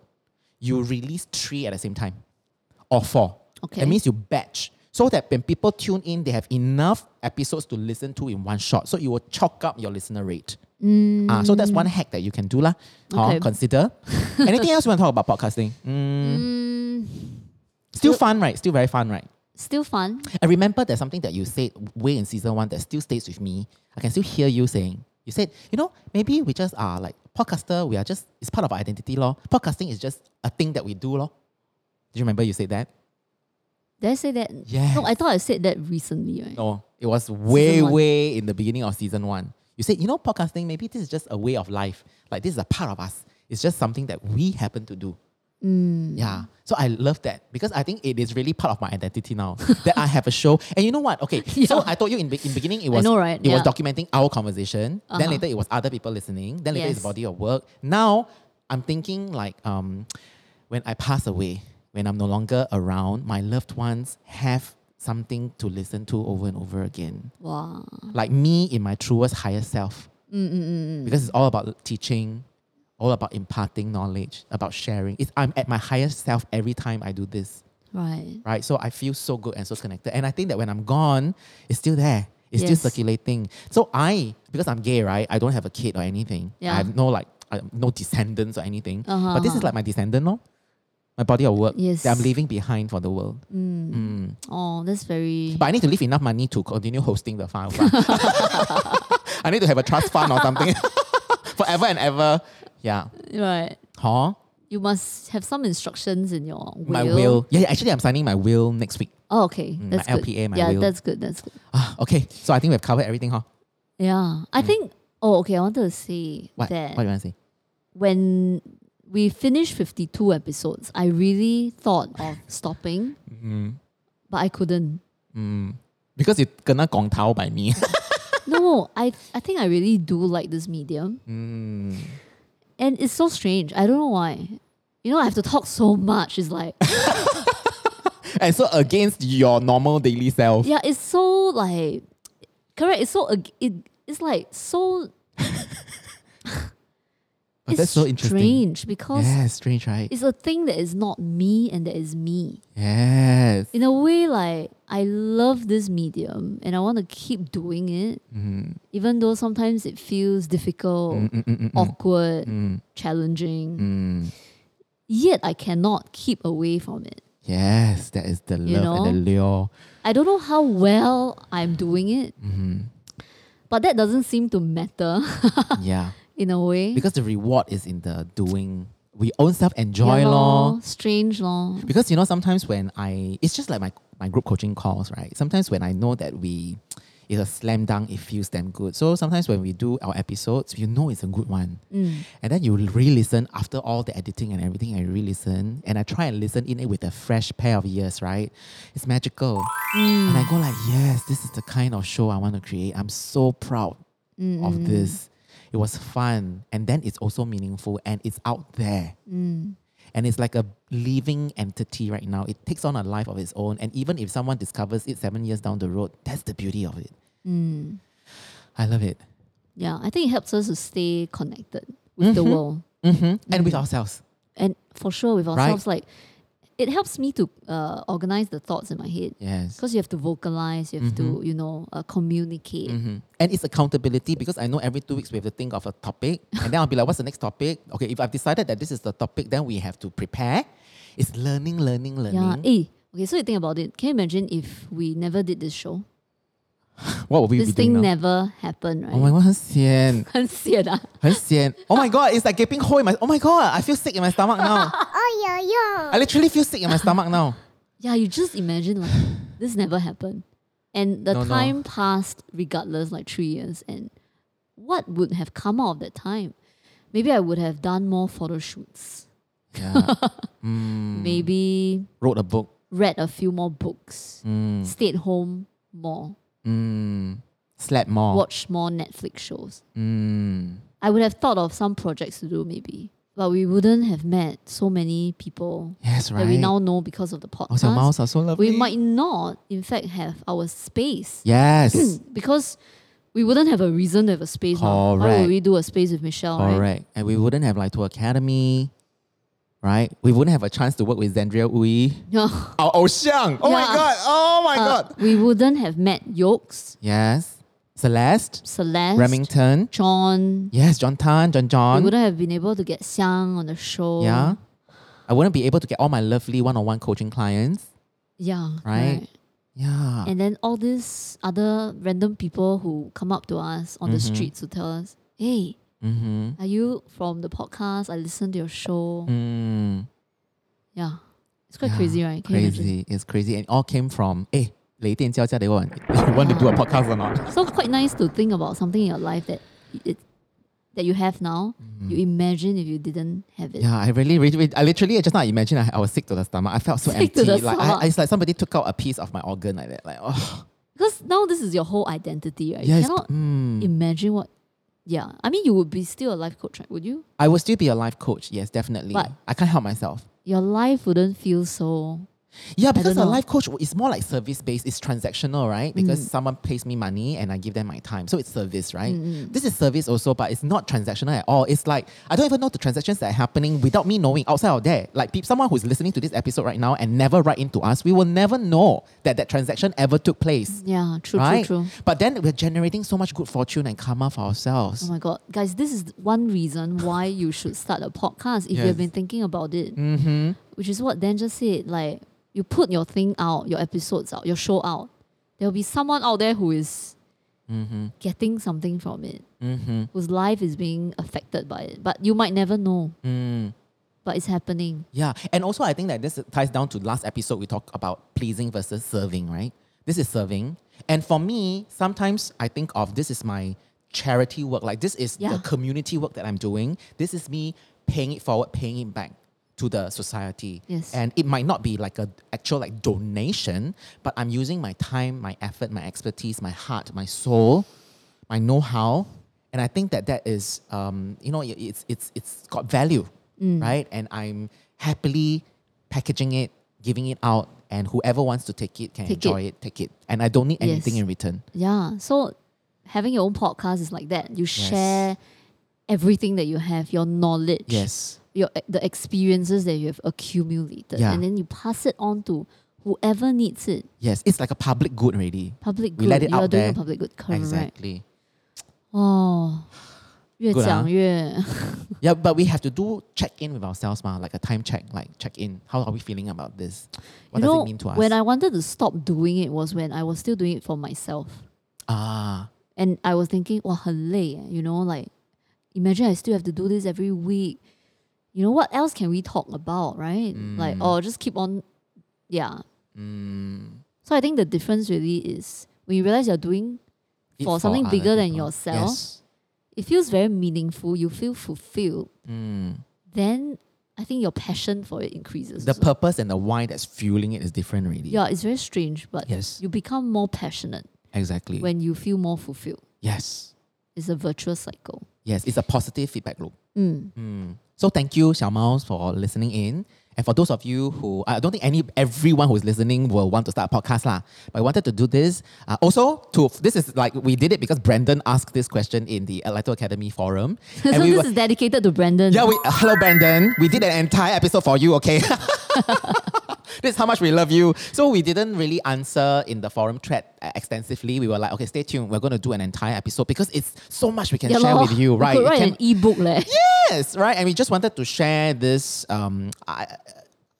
S1: you release three at the same time or four.
S2: Okay.
S1: That means you batch so that when people tune in, they have enough episodes to listen to in one shot. So it will chalk up your listener rate. Ah, so that's one hack that you can do lah. Huh,
S2: Okay.
S1: consider. Anything else you want to talk about podcasting? Mm. Still fun, right? Still very fun, right?
S2: Still fun.
S1: I remember there's something that you said way in season one that still stays with me. I can still hear you saying. You said, you know, maybe we just are like podcaster. We are just it's part of our identity, law. Podcasting is just a thing that we do, law. Do you remember you said that?
S2: Did I say that?
S1: Yes.
S2: No, I thought I said that recently, right?
S1: No, it was way,
S2: one.
S1: way in the beginning of season one. You said, you know, podcasting, maybe this is just a way of life. Like, this is a part of us. It's just something that we happen to do.
S2: Mm.
S1: Yeah. So I love that because I think it is really part of my identity now (laughs) that I have a show. And you know what? Okay. So
S2: (laughs) Yeah.
S1: I told you in, be- in beginning it was
S2: know, right?
S1: it was
S2: Yeah.
S1: documenting our conversation. Then
S2: Uh-huh.
S1: later it was other people listening. Then later it's
S2: Yes.
S1: body of work. Now I'm thinking like um, when I pass away, when I'm no longer around, my loved ones have something to listen to over and over again
S2: Wow.
S1: like me in my truest higher self.
S2: Mm,
S1: Because it's all about teaching, all about imparting knowledge, about sharing. It's, I'm at my highest self every time I do this,
S2: Right.
S1: right? So I feel so good and so connected. And I think that when I'm gone, it's still there. It's
S2: Yes.
S1: still circulating. So I, because I'm gay, right? I don't have a kid or anything. I
S2: Yeah. Uh-huh.
S1: have no like uh, no descendants or anything. But this is like my descendant, no? My body of work
S2: Yes.
S1: that I'm leaving behind for the world.
S2: Oh, that's very.
S1: But I need to leave enough money to continue hosting the file. fund. (laughs) I need to have a trust fund or something (laughs) forever and ever. Yeah.
S2: Right.
S1: Huh?
S2: You must have some instructions in your will.
S1: My will. Yeah, yeah, actually, I'm signing my will next week.
S2: Oh, okay.
S1: Mm,
S2: That's
S1: my
S2: good.
S1: LPA, my
S2: yeah,
S1: will.
S2: that's good. That's good.
S1: Ah, okay. So I think we've covered everything, huh?
S2: Yeah. I think, oh, okay. I wanted to say
S1: Mm. What?
S2: that
S1: What do you want to say?
S2: when we finished 52 episodes, I really thought of stopping,
S1: Mm-hmm.
S2: but I couldn't.
S1: Because you gonna gong tao by
S2: (laughs)
S1: me.
S2: No, I, I think I really do like this medium.
S1: Mm.
S2: And it's so strange. I don't know why. You know, I have to talk so much.
S1: (laughs)
S2: It's like,
S1: and so against your normal daily self.
S2: yeah, it's so like, correct. It's so, ag- it, it's like so.
S1: Oh, that's so interesting.
S2: strange because
S1: Yeah, strange, right?
S2: it's a thing that is not me and that is me.
S1: Yes.
S2: In a way, like I love this medium and I want to keep doing it, even though sometimes it feels difficult, awkward, challenging. Yet I cannot keep away from it.
S1: Yes, that is the love
S2: You
S1: and the lure.
S2: I don't know how well I'm doing it, but that doesn't seem to matter (laughs)
S1: yeah.
S2: in a way.
S1: Because the reward is in the doing. We own self
S2: Yeah
S1: enjoy law.
S2: lor, strange law.
S1: Mm. Because you know, sometimes when I, it's just like my my group coaching calls, right? Sometimes when I know that we, it's a slam dunk, it feels damn good. So sometimes when we do our episodes, you know it's a good one, and then you re-listen after all the editing and everything. I re-listen and I try and listen in it with a fresh pair of ears, right? It's magical, and I go like, yes, this is the kind of show I want to create. I'm so proud of this. It was fun, and then it's also meaningful, and it's out there and it's like a living entity right now. It takes on a life of its own, and even if someone discovers it seven years down the road, that's the beauty of it.
S2: Mm.
S1: I love it,
S2: Yeah, I think it helps us to stay connected with the world.
S1: Mm-hmm. and
S2: Mm.
S1: with ourselves.
S2: and for sure with
S1: Right.
S2: ourselves like it helps me to uh, organize the thoughts in my head
S1: Yes,
S2: because you have to vocalize you have
S1: Mm-hmm.
S2: to you know uh, communicate
S1: Mhm. and it's accountability because I know every two weeks we have to think of a topic, and then I'll be like, "What's the next topic?" Okay, if I've decided that this is the topic, then we have to prepare. It's learning, learning,
S2: yeah
S1: learning.
S2: eh. okay so you think about it can you imagine if we never did this show
S1: What will we
S2: this
S1: be doing
S2: thing
S1: now?
S2: never happened right
S1: Oh my god, 很 sian,
S2: (laughs) ah.
S1: 很 sian. Oh my god, it's like gaping hole in my. Oh my god, I feel sick in my stomach now. I literally feel sick in my stomach now.
S2: yeah you just imagine
S1: (sighs)
S2: like this never happened and the
S1: No, no.
S2: time passed regardless like three years and what would have come out of that time maybe i would have done more photo shoots
S1: Yeah. Hmm.
S2: maybe
S1: Wrote a book.
S2: read a few more books,
S1: Mm.
S2: stayed home more,
S1: Slept more. Mm.
S2: watched more Netflix shows. I would have thought of some projects to do maybe, but we wouldn't have met so many people
S1: Yes, right.
S2: that we now know because of the
S1: Oh, your
S2: podcast.
S1: mouths are so lovely.
S2: We might not, in fact, have our space (clears throat) Hmm.
S1: Yes.
S2: because we wouldn't have a reason to have a space. now. Why
S1: Correct.
S2: would we do a space with Michelle, right?
S1: Correct. And we wouldn't have like to academy, right? We wouldn't have a chance to work with Zandria Ui.
S2: (laughs) No.
S1: Our Ocean. Oh
S2: Yeah.
S1: my god. Oh my
S2: Uh,
S1: god.
S2: we wouldn't have met Yokes,
S1: Yes. Celeste.
S2: Celeste,
S1: Remington.
S2: John,
S1: Yes, John Tan, John
S2: We
S1: John.
S2: wouldn't have been able to get Xiang on the show.
S1: Yeah. I wouldn't be able to get all my lovely one-on-one coaching clients.
S2: Yeah.
S1: Right? Yeah.
S2: And then all these other random people who come up to us on the streets to tell us, hey,
S1: mm-hmm.
S2: are you from the podcast? I listen to your show.
S1: Mm.
S2: Yeah. It's quite crazy, right? Can you imagine?
S1: Crazy. It's crazy. And it all came from, hey, 雷电交加, they want, (laughs) you want to do a podcast or not?
S2: (laughs) So quite nice to think about something in your life that it, that you have now. You imagine if you didn't have it.
S1: Mm-hmm. Yeah, I really, really, really- I literally just now I imagine I, I was sick to the stomach. I felt so
S2: Sick to
S1: empty.
S2: the
S1: Like I,
S2: stomach.
S1: I- it's like somebody took out a piece of my organ like that. Like oh,
S2: Because now this is your whole identity, right?
S1: yes,
S2: You cannot
S1: mm.
S2: imagine what yeah. I mean you would be still a life coach, right? Would you?
S1: I will still be a life coach. Yes, definitely.
S2: But-
S1: I can't help myself.
S2: Your life wouldn't feel so
S1: Yeah, because a
S2: don't know. Mm-hmm.
S1: life coach is more like service based. It's transactional, right? Because someone pays me money and I give them my time. So it's service, right?
S2: Mm-hmm.
S1: This is service also, but it's not transactional at all. It's like I don't even know the transactions that are happening without me knowing outside of that. Like peop someone who's listening to this episode right now and never write into us, we will never know that that transaction ever took place.
S2: Yeah, true,
S1: right?
S2: true, true.
S1: But then we're generating so much good fortune and karma for ourselves.
S2: Oh my god, guys, this is one reason why you should start a podcast if
S1: Yes.
S2: you've been thinking about it. Mm-hmm. Which is what Dan just said. Like, you put your thing out, your episodes out, your show out. There'll be someone out there who is getting something from it, mm-hmm. whose life is being affected by it. But you might never know. But it's happening.
S1: Yeah, and also I think that this ties down to last episode we talked about pleasing versus serving, right? This is serving, and for me, sometimes I think of this is my charity work, like this is the
S2: Yeah.
S1: community work that I'm doing. This is me paying it forward, paying it back to the society.
S2: Yes.
S1: And it might not be like a actual like donation, but I'm using my time, my effort, my expertise, my heart, my soul, my know-how, and I think that that is, um, you know, it- it's it's it's got value,
S2: Mm.
S1: right? And I'm happily packaging it, giving it out, and whoever wants to take it can
S2: Take
S1: enjoy it. take it, and I don't need
S2: Yes.
S1: anything in return.
S2: Yeah. So having your own podcast is like that. You share everything that you have, your knowledge.
S1: Yes,
S2: your eh, the experiences that you have accumulated
S1: Yeah.
S2: and then you pass it on to whoever needs it
S1: yes, it's like a public good, already.
S2: public
S1: We
S2: good
S1: let it
S2: you are
S1: out
S2: doing
S1: there.
S2: a public good correct
S1: Exactly.
S2: oh
S1: Good, ah.
S2: 越讲越
S1: Yeah, but we have to do check in with ourselves, ma, like a time check, like check in. How are we feeling about this? What
S2: you
S1: does
S2: know
S1: it mean to us?
S2: when i wanted to stop doing it was when i was still doing it for myself
S1: ah,
S2: and i was thinking wow 很累 eh," you know like imagine i still have to do this every week you know what else can we talk about right like oh just keep on yeah
S1: mm,
S2: so i think the difference really is when you realize you're doing
S1: it
S2: For something
S1: other
S2: bigger than
S1: people.
S2: yourself.
S1: Yes.
S2: it feels very meaningful. You feel fulfilled.
S1: Mm.
S2: Then I think your passion for it increases.
S1: the
S2: also.
S1: purpose and the why that's fueling it is different really
S2: yeah, it's very strange, but
S1: yes
S2: you become more passionate
S1: exactly
S2: when you feel more fulfilled.
S1: yes
S2: It's a virtuous cycle.
S1: yes it's a positive feedback loop
S2: Mm.
S1: Mm. so thank you Xiao Mouse for listening in and for those of you who I don't think any everyone who's listening will want to start a podcast lah but I wanted to do this uh, also to this is like we did it because Brandon asked this question in the Alito Academy
S2: (laughs)
S1: forum
S2: so
S1: we
S2: this
S1: were-
S2: is dedicated to Brandon.
S1: Yeah, we uh, hello Brandon. We did an entire episode for you,
S2: (laughs)
S1: okay? (laughs) this is how much we love you. So we didn't really answer in the forum thread uh, extensively. We were like, okay, stay tuned. We're going to do an entire episode because it's so much we can
S2: Yeah
S1: share
S2: lor. (laughs)
S1: with you,
S2: We
S1: right?
S2: could
S1: It
S2: write
S1: can-
S2: an ebook leh.
S1: Yes, right. And we just wanted to share this. Um, I,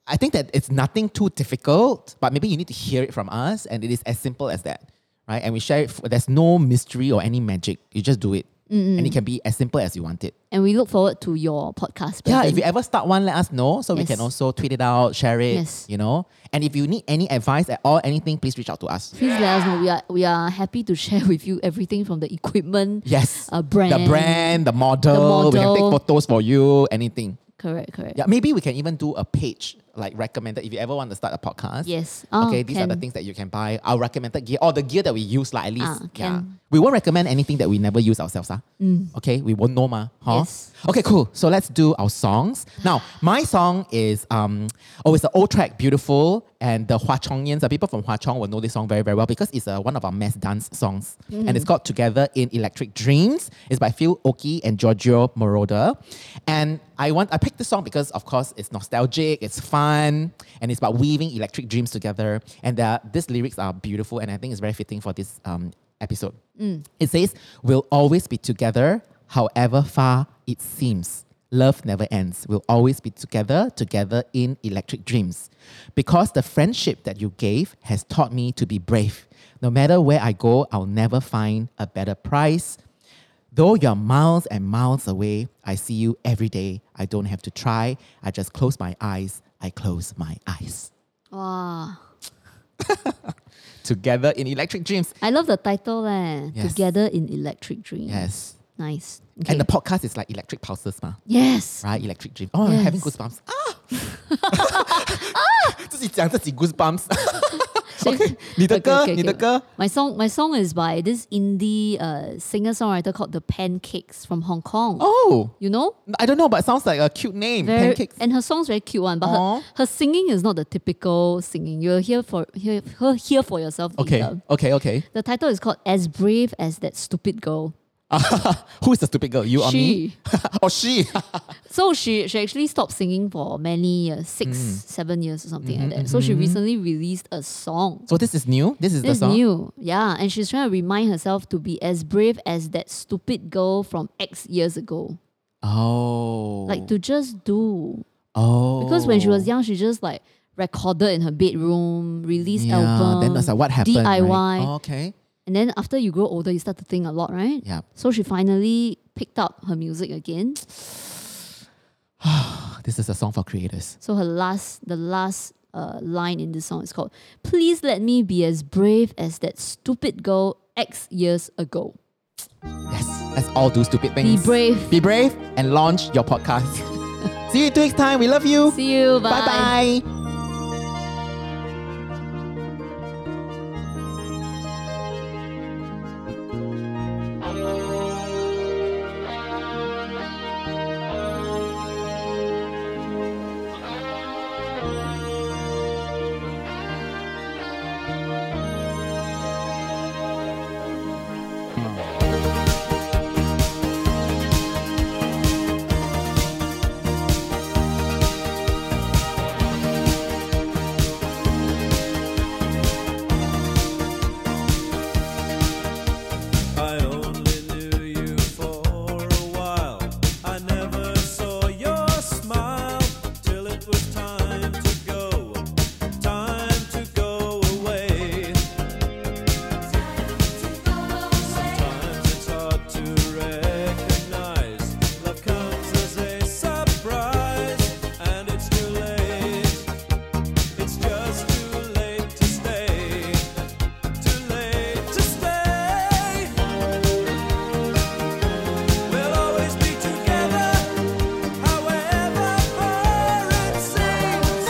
S1: I think that it's nothing too difficult, but maybe you need to hear it from us, and it is as simple as that, right? And we share it. For, there's no mystery or any magic. You just do it, and it can be as simple as you want it.
S2: And we look forward to your podcast.
S1: Yeah,
S2: Brandon.
S1: if you ever start one, let us know so we
S2: Yes.
S1: can also tweet it out, share it.
S2: Yes.
S1: You know, and if you need any advice at all, anything, please reach out to
S2: (laughs)
S1: us.
S2: Please let us know. We are we are happy to (laughs) share with you everything from the equipment,
S1: Yes.
S2: uh, brand,
S1: The brand, the model, we can take
S2: model.
S1: photos for you, anything.
S2: Correct, correct.
S1: Yeah, maybe we can even do a page like recommended if you ever want to start a podcast.
S2: Yes. Ah,
S1: okay, these are the
S2: can.
S1: things that you can buy. Our recommended gear or the gear that we use, like at least.
S2: Ah,
S1: yeah.
S2: can. Mm.
S1: We won't recommend anything that we never use ourselves. Ah. Okay, we won't know ma. Huh?
S2: Yes.
S1: Okay, cool. So let's do our songs. Now, my song is um oh it's an old track, beautiful, and the Hua Chongians, the people from Hua Chong will know this song very, very well because it's uh, one of our mass dance songs. And it's called Together in Electric Dreams. It's by Phil Oki and Giorgio Moroder. And I want I picked this song because of course it's nostalgic, it's fun, and it's about weaving electric dreams together. And the, these lyrics are beautiful and I think it's very fitting for this um episode. It says, We'll always be together, however far it seems. Love never ends. We'll always be together, together in electric dreams. Because the friendship that you gave has taught me to be brave. No matter where I go, I'll never find a better price. Though you're miles and miles away, I see you every day. I don't have to try. I just close my eyes. I close my eyes.
S2: Wow.
S1: (laughs) Together in electric dreams.
S2: I love the title leh.
S1: Yes.
S2: Together in Electric Dreams.
S1: Yes.
S2: Nice. Okay.
S1: And the podcast is like electric pulses, ma.
S2: yes.
S1: right? Electric Dream. Oh, (laughs)
S2: (laughs)
S1: I'm having
S2: Yes. (laughs)
S1: goosebumps. Ah! 自己讲自己 goosebumps.
S2: okay,
S1: 你的歌，你的歌。
S2: My song, my song is by this indie uh, singer songwriter called the Pancakes from Hong Kong.
S1: Oh,
S2: You know,
S1: I don't know, but sounds like a cute name.
S2: very
S1: Pancakes.
S2: and her song's very cute one, but
S1: Aw.
S2: her, her singing is not the typical singing. You'll hear for hear her hear for yourself.
S1: Okay,
S2: later.
S1: okay, okay.
S2: The title is called "As Brave as That Stupid Girl."
S1: Who is the stupid girl? You or me?
S2: She.
S1: or she? (laughs)
S2: So she she actually stopped singing for many years, six,
S1: Hmm.
S2: seven years or something
S1: Mm-hmm,
S2: like that. So she recently released a song.
S1: so this is new. This is the
S2: This is
S1: song.
S2: new. Yeah. And she's trying to remind herself to be as brave as that stupid girl from X years ago.
S1: Oh.
S2: Like to just do.
S1: oh.
S2: Because when she was young, she just like recorded in her bedroom, released
S1: yeah,
S2: album.
S1: then that's like what happened. right?
S2: DIY.
S1: Oh, okay.
S2: And then after you grow older, you start to think a lot, right?
S1: Yeah.
S2: So she finally picked up her music again.
S1: This is a song for creators.
S2: So her last, the last uh, line in this song is called "Please let me be as brave as that stupid girl X years ago."
S1: Yes. Let's all do stupid
S2: Be
S1: things.
S2: brave.
S1: Be brave and launch your
S2: (laughs)
S1: podcast. See you two weeks time. We love you.
S2: See you. Bye.
S1: Bye bye.
S3: I only knew you for a while. I never saw your smile till it was time to go, time to go away. Sometimes it's hard to recognize love comes as a surprise, and it's too late. It's just too late to stay. Too late to stay. We'll always be together, however far it seems.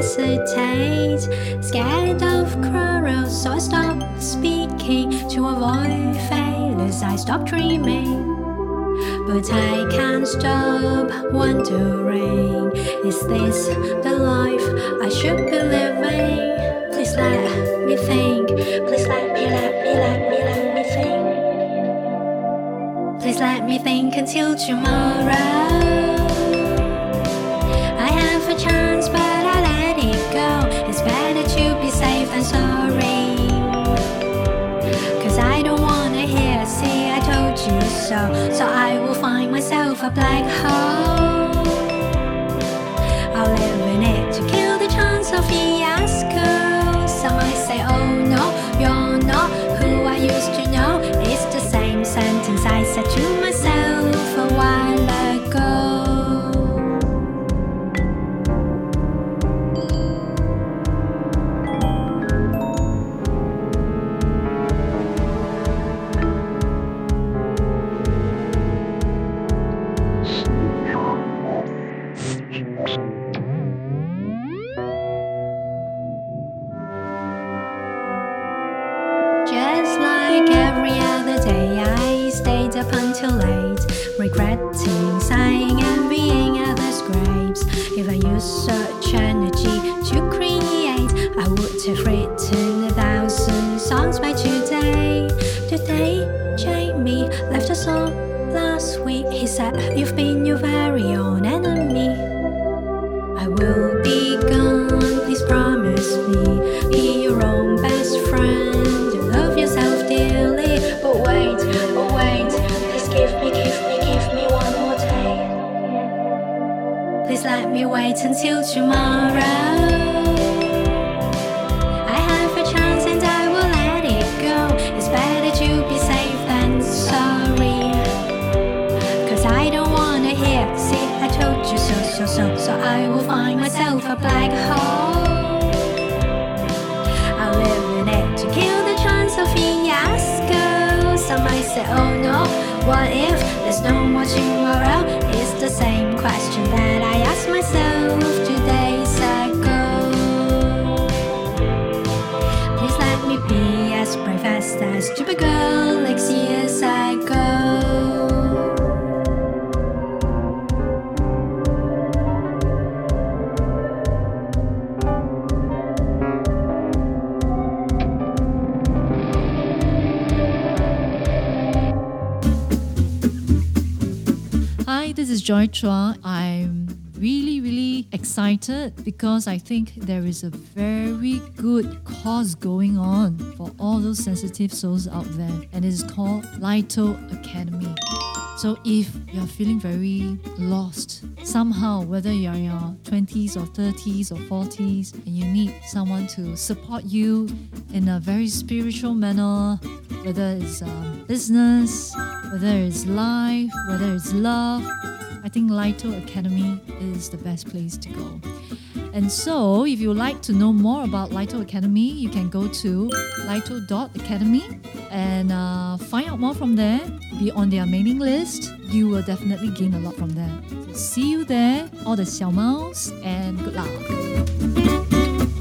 S4: hesitate, scared of quarrels, so I stopped speaking to avoid failures. I stopped dreaming. But I can't stop wondering Is this the life I should be living? Please let me think Please let me, let me, let me, let me think Please let me think until tomorrow I have a chance but I let it go It's better to be safe than sorry Cause I don't wanna hear, see, I told you so. So I will find myself a black hole. I'll live in it to kill the chance of fiasco. Some might say, oh no, you're not who I used to know. It's the same sentence I said to myself a while ago. Just like every other day, I stayed up until late, regretting, sighing, and being others' graves. If I used such energy to create, I would have written a thousand songs by today. Today, Jamie left us all last week. He said, You've been your very own enemy. I will be gone, please promise me. Be your own best friend. Love yourself dearly. But wait, but wait. Please give me, give me, give me one more day. Please let me wait until tomorrow. I have a chance and I will let it go. It's better to be safe than sorry. Cause I don't wanna hear, see, I told you so, so, so, so I will find myself a black hole. I'll live in it to kill the chance of fiasco. Some might say, oh no, what if there's no more tomorrow? It's the same question that I asked myself two days ago. Please let me be as brave as that stupid girl next year's I go.
S5: Hi, this is Joy Chua. I'm really, really excited because I think there is a very good cause going on for all those sensitive souls out there, and it's called Lito Academy. So, if you're feeling very lost somehow, whether you're in your 20s or 30s or 40s, and you need someone to support you in a very spiritual manner, whether it's um, business, whether it's life, whether it's love, I think Lito Academy is the best place to go. And so, if you'd like to know more about Lito Academy, you can go to lito.academy and uh, find out more from there. Be on their mailing list. You will definitely gain a lot from there. So see you there, all the Xiao Maos, and good luck.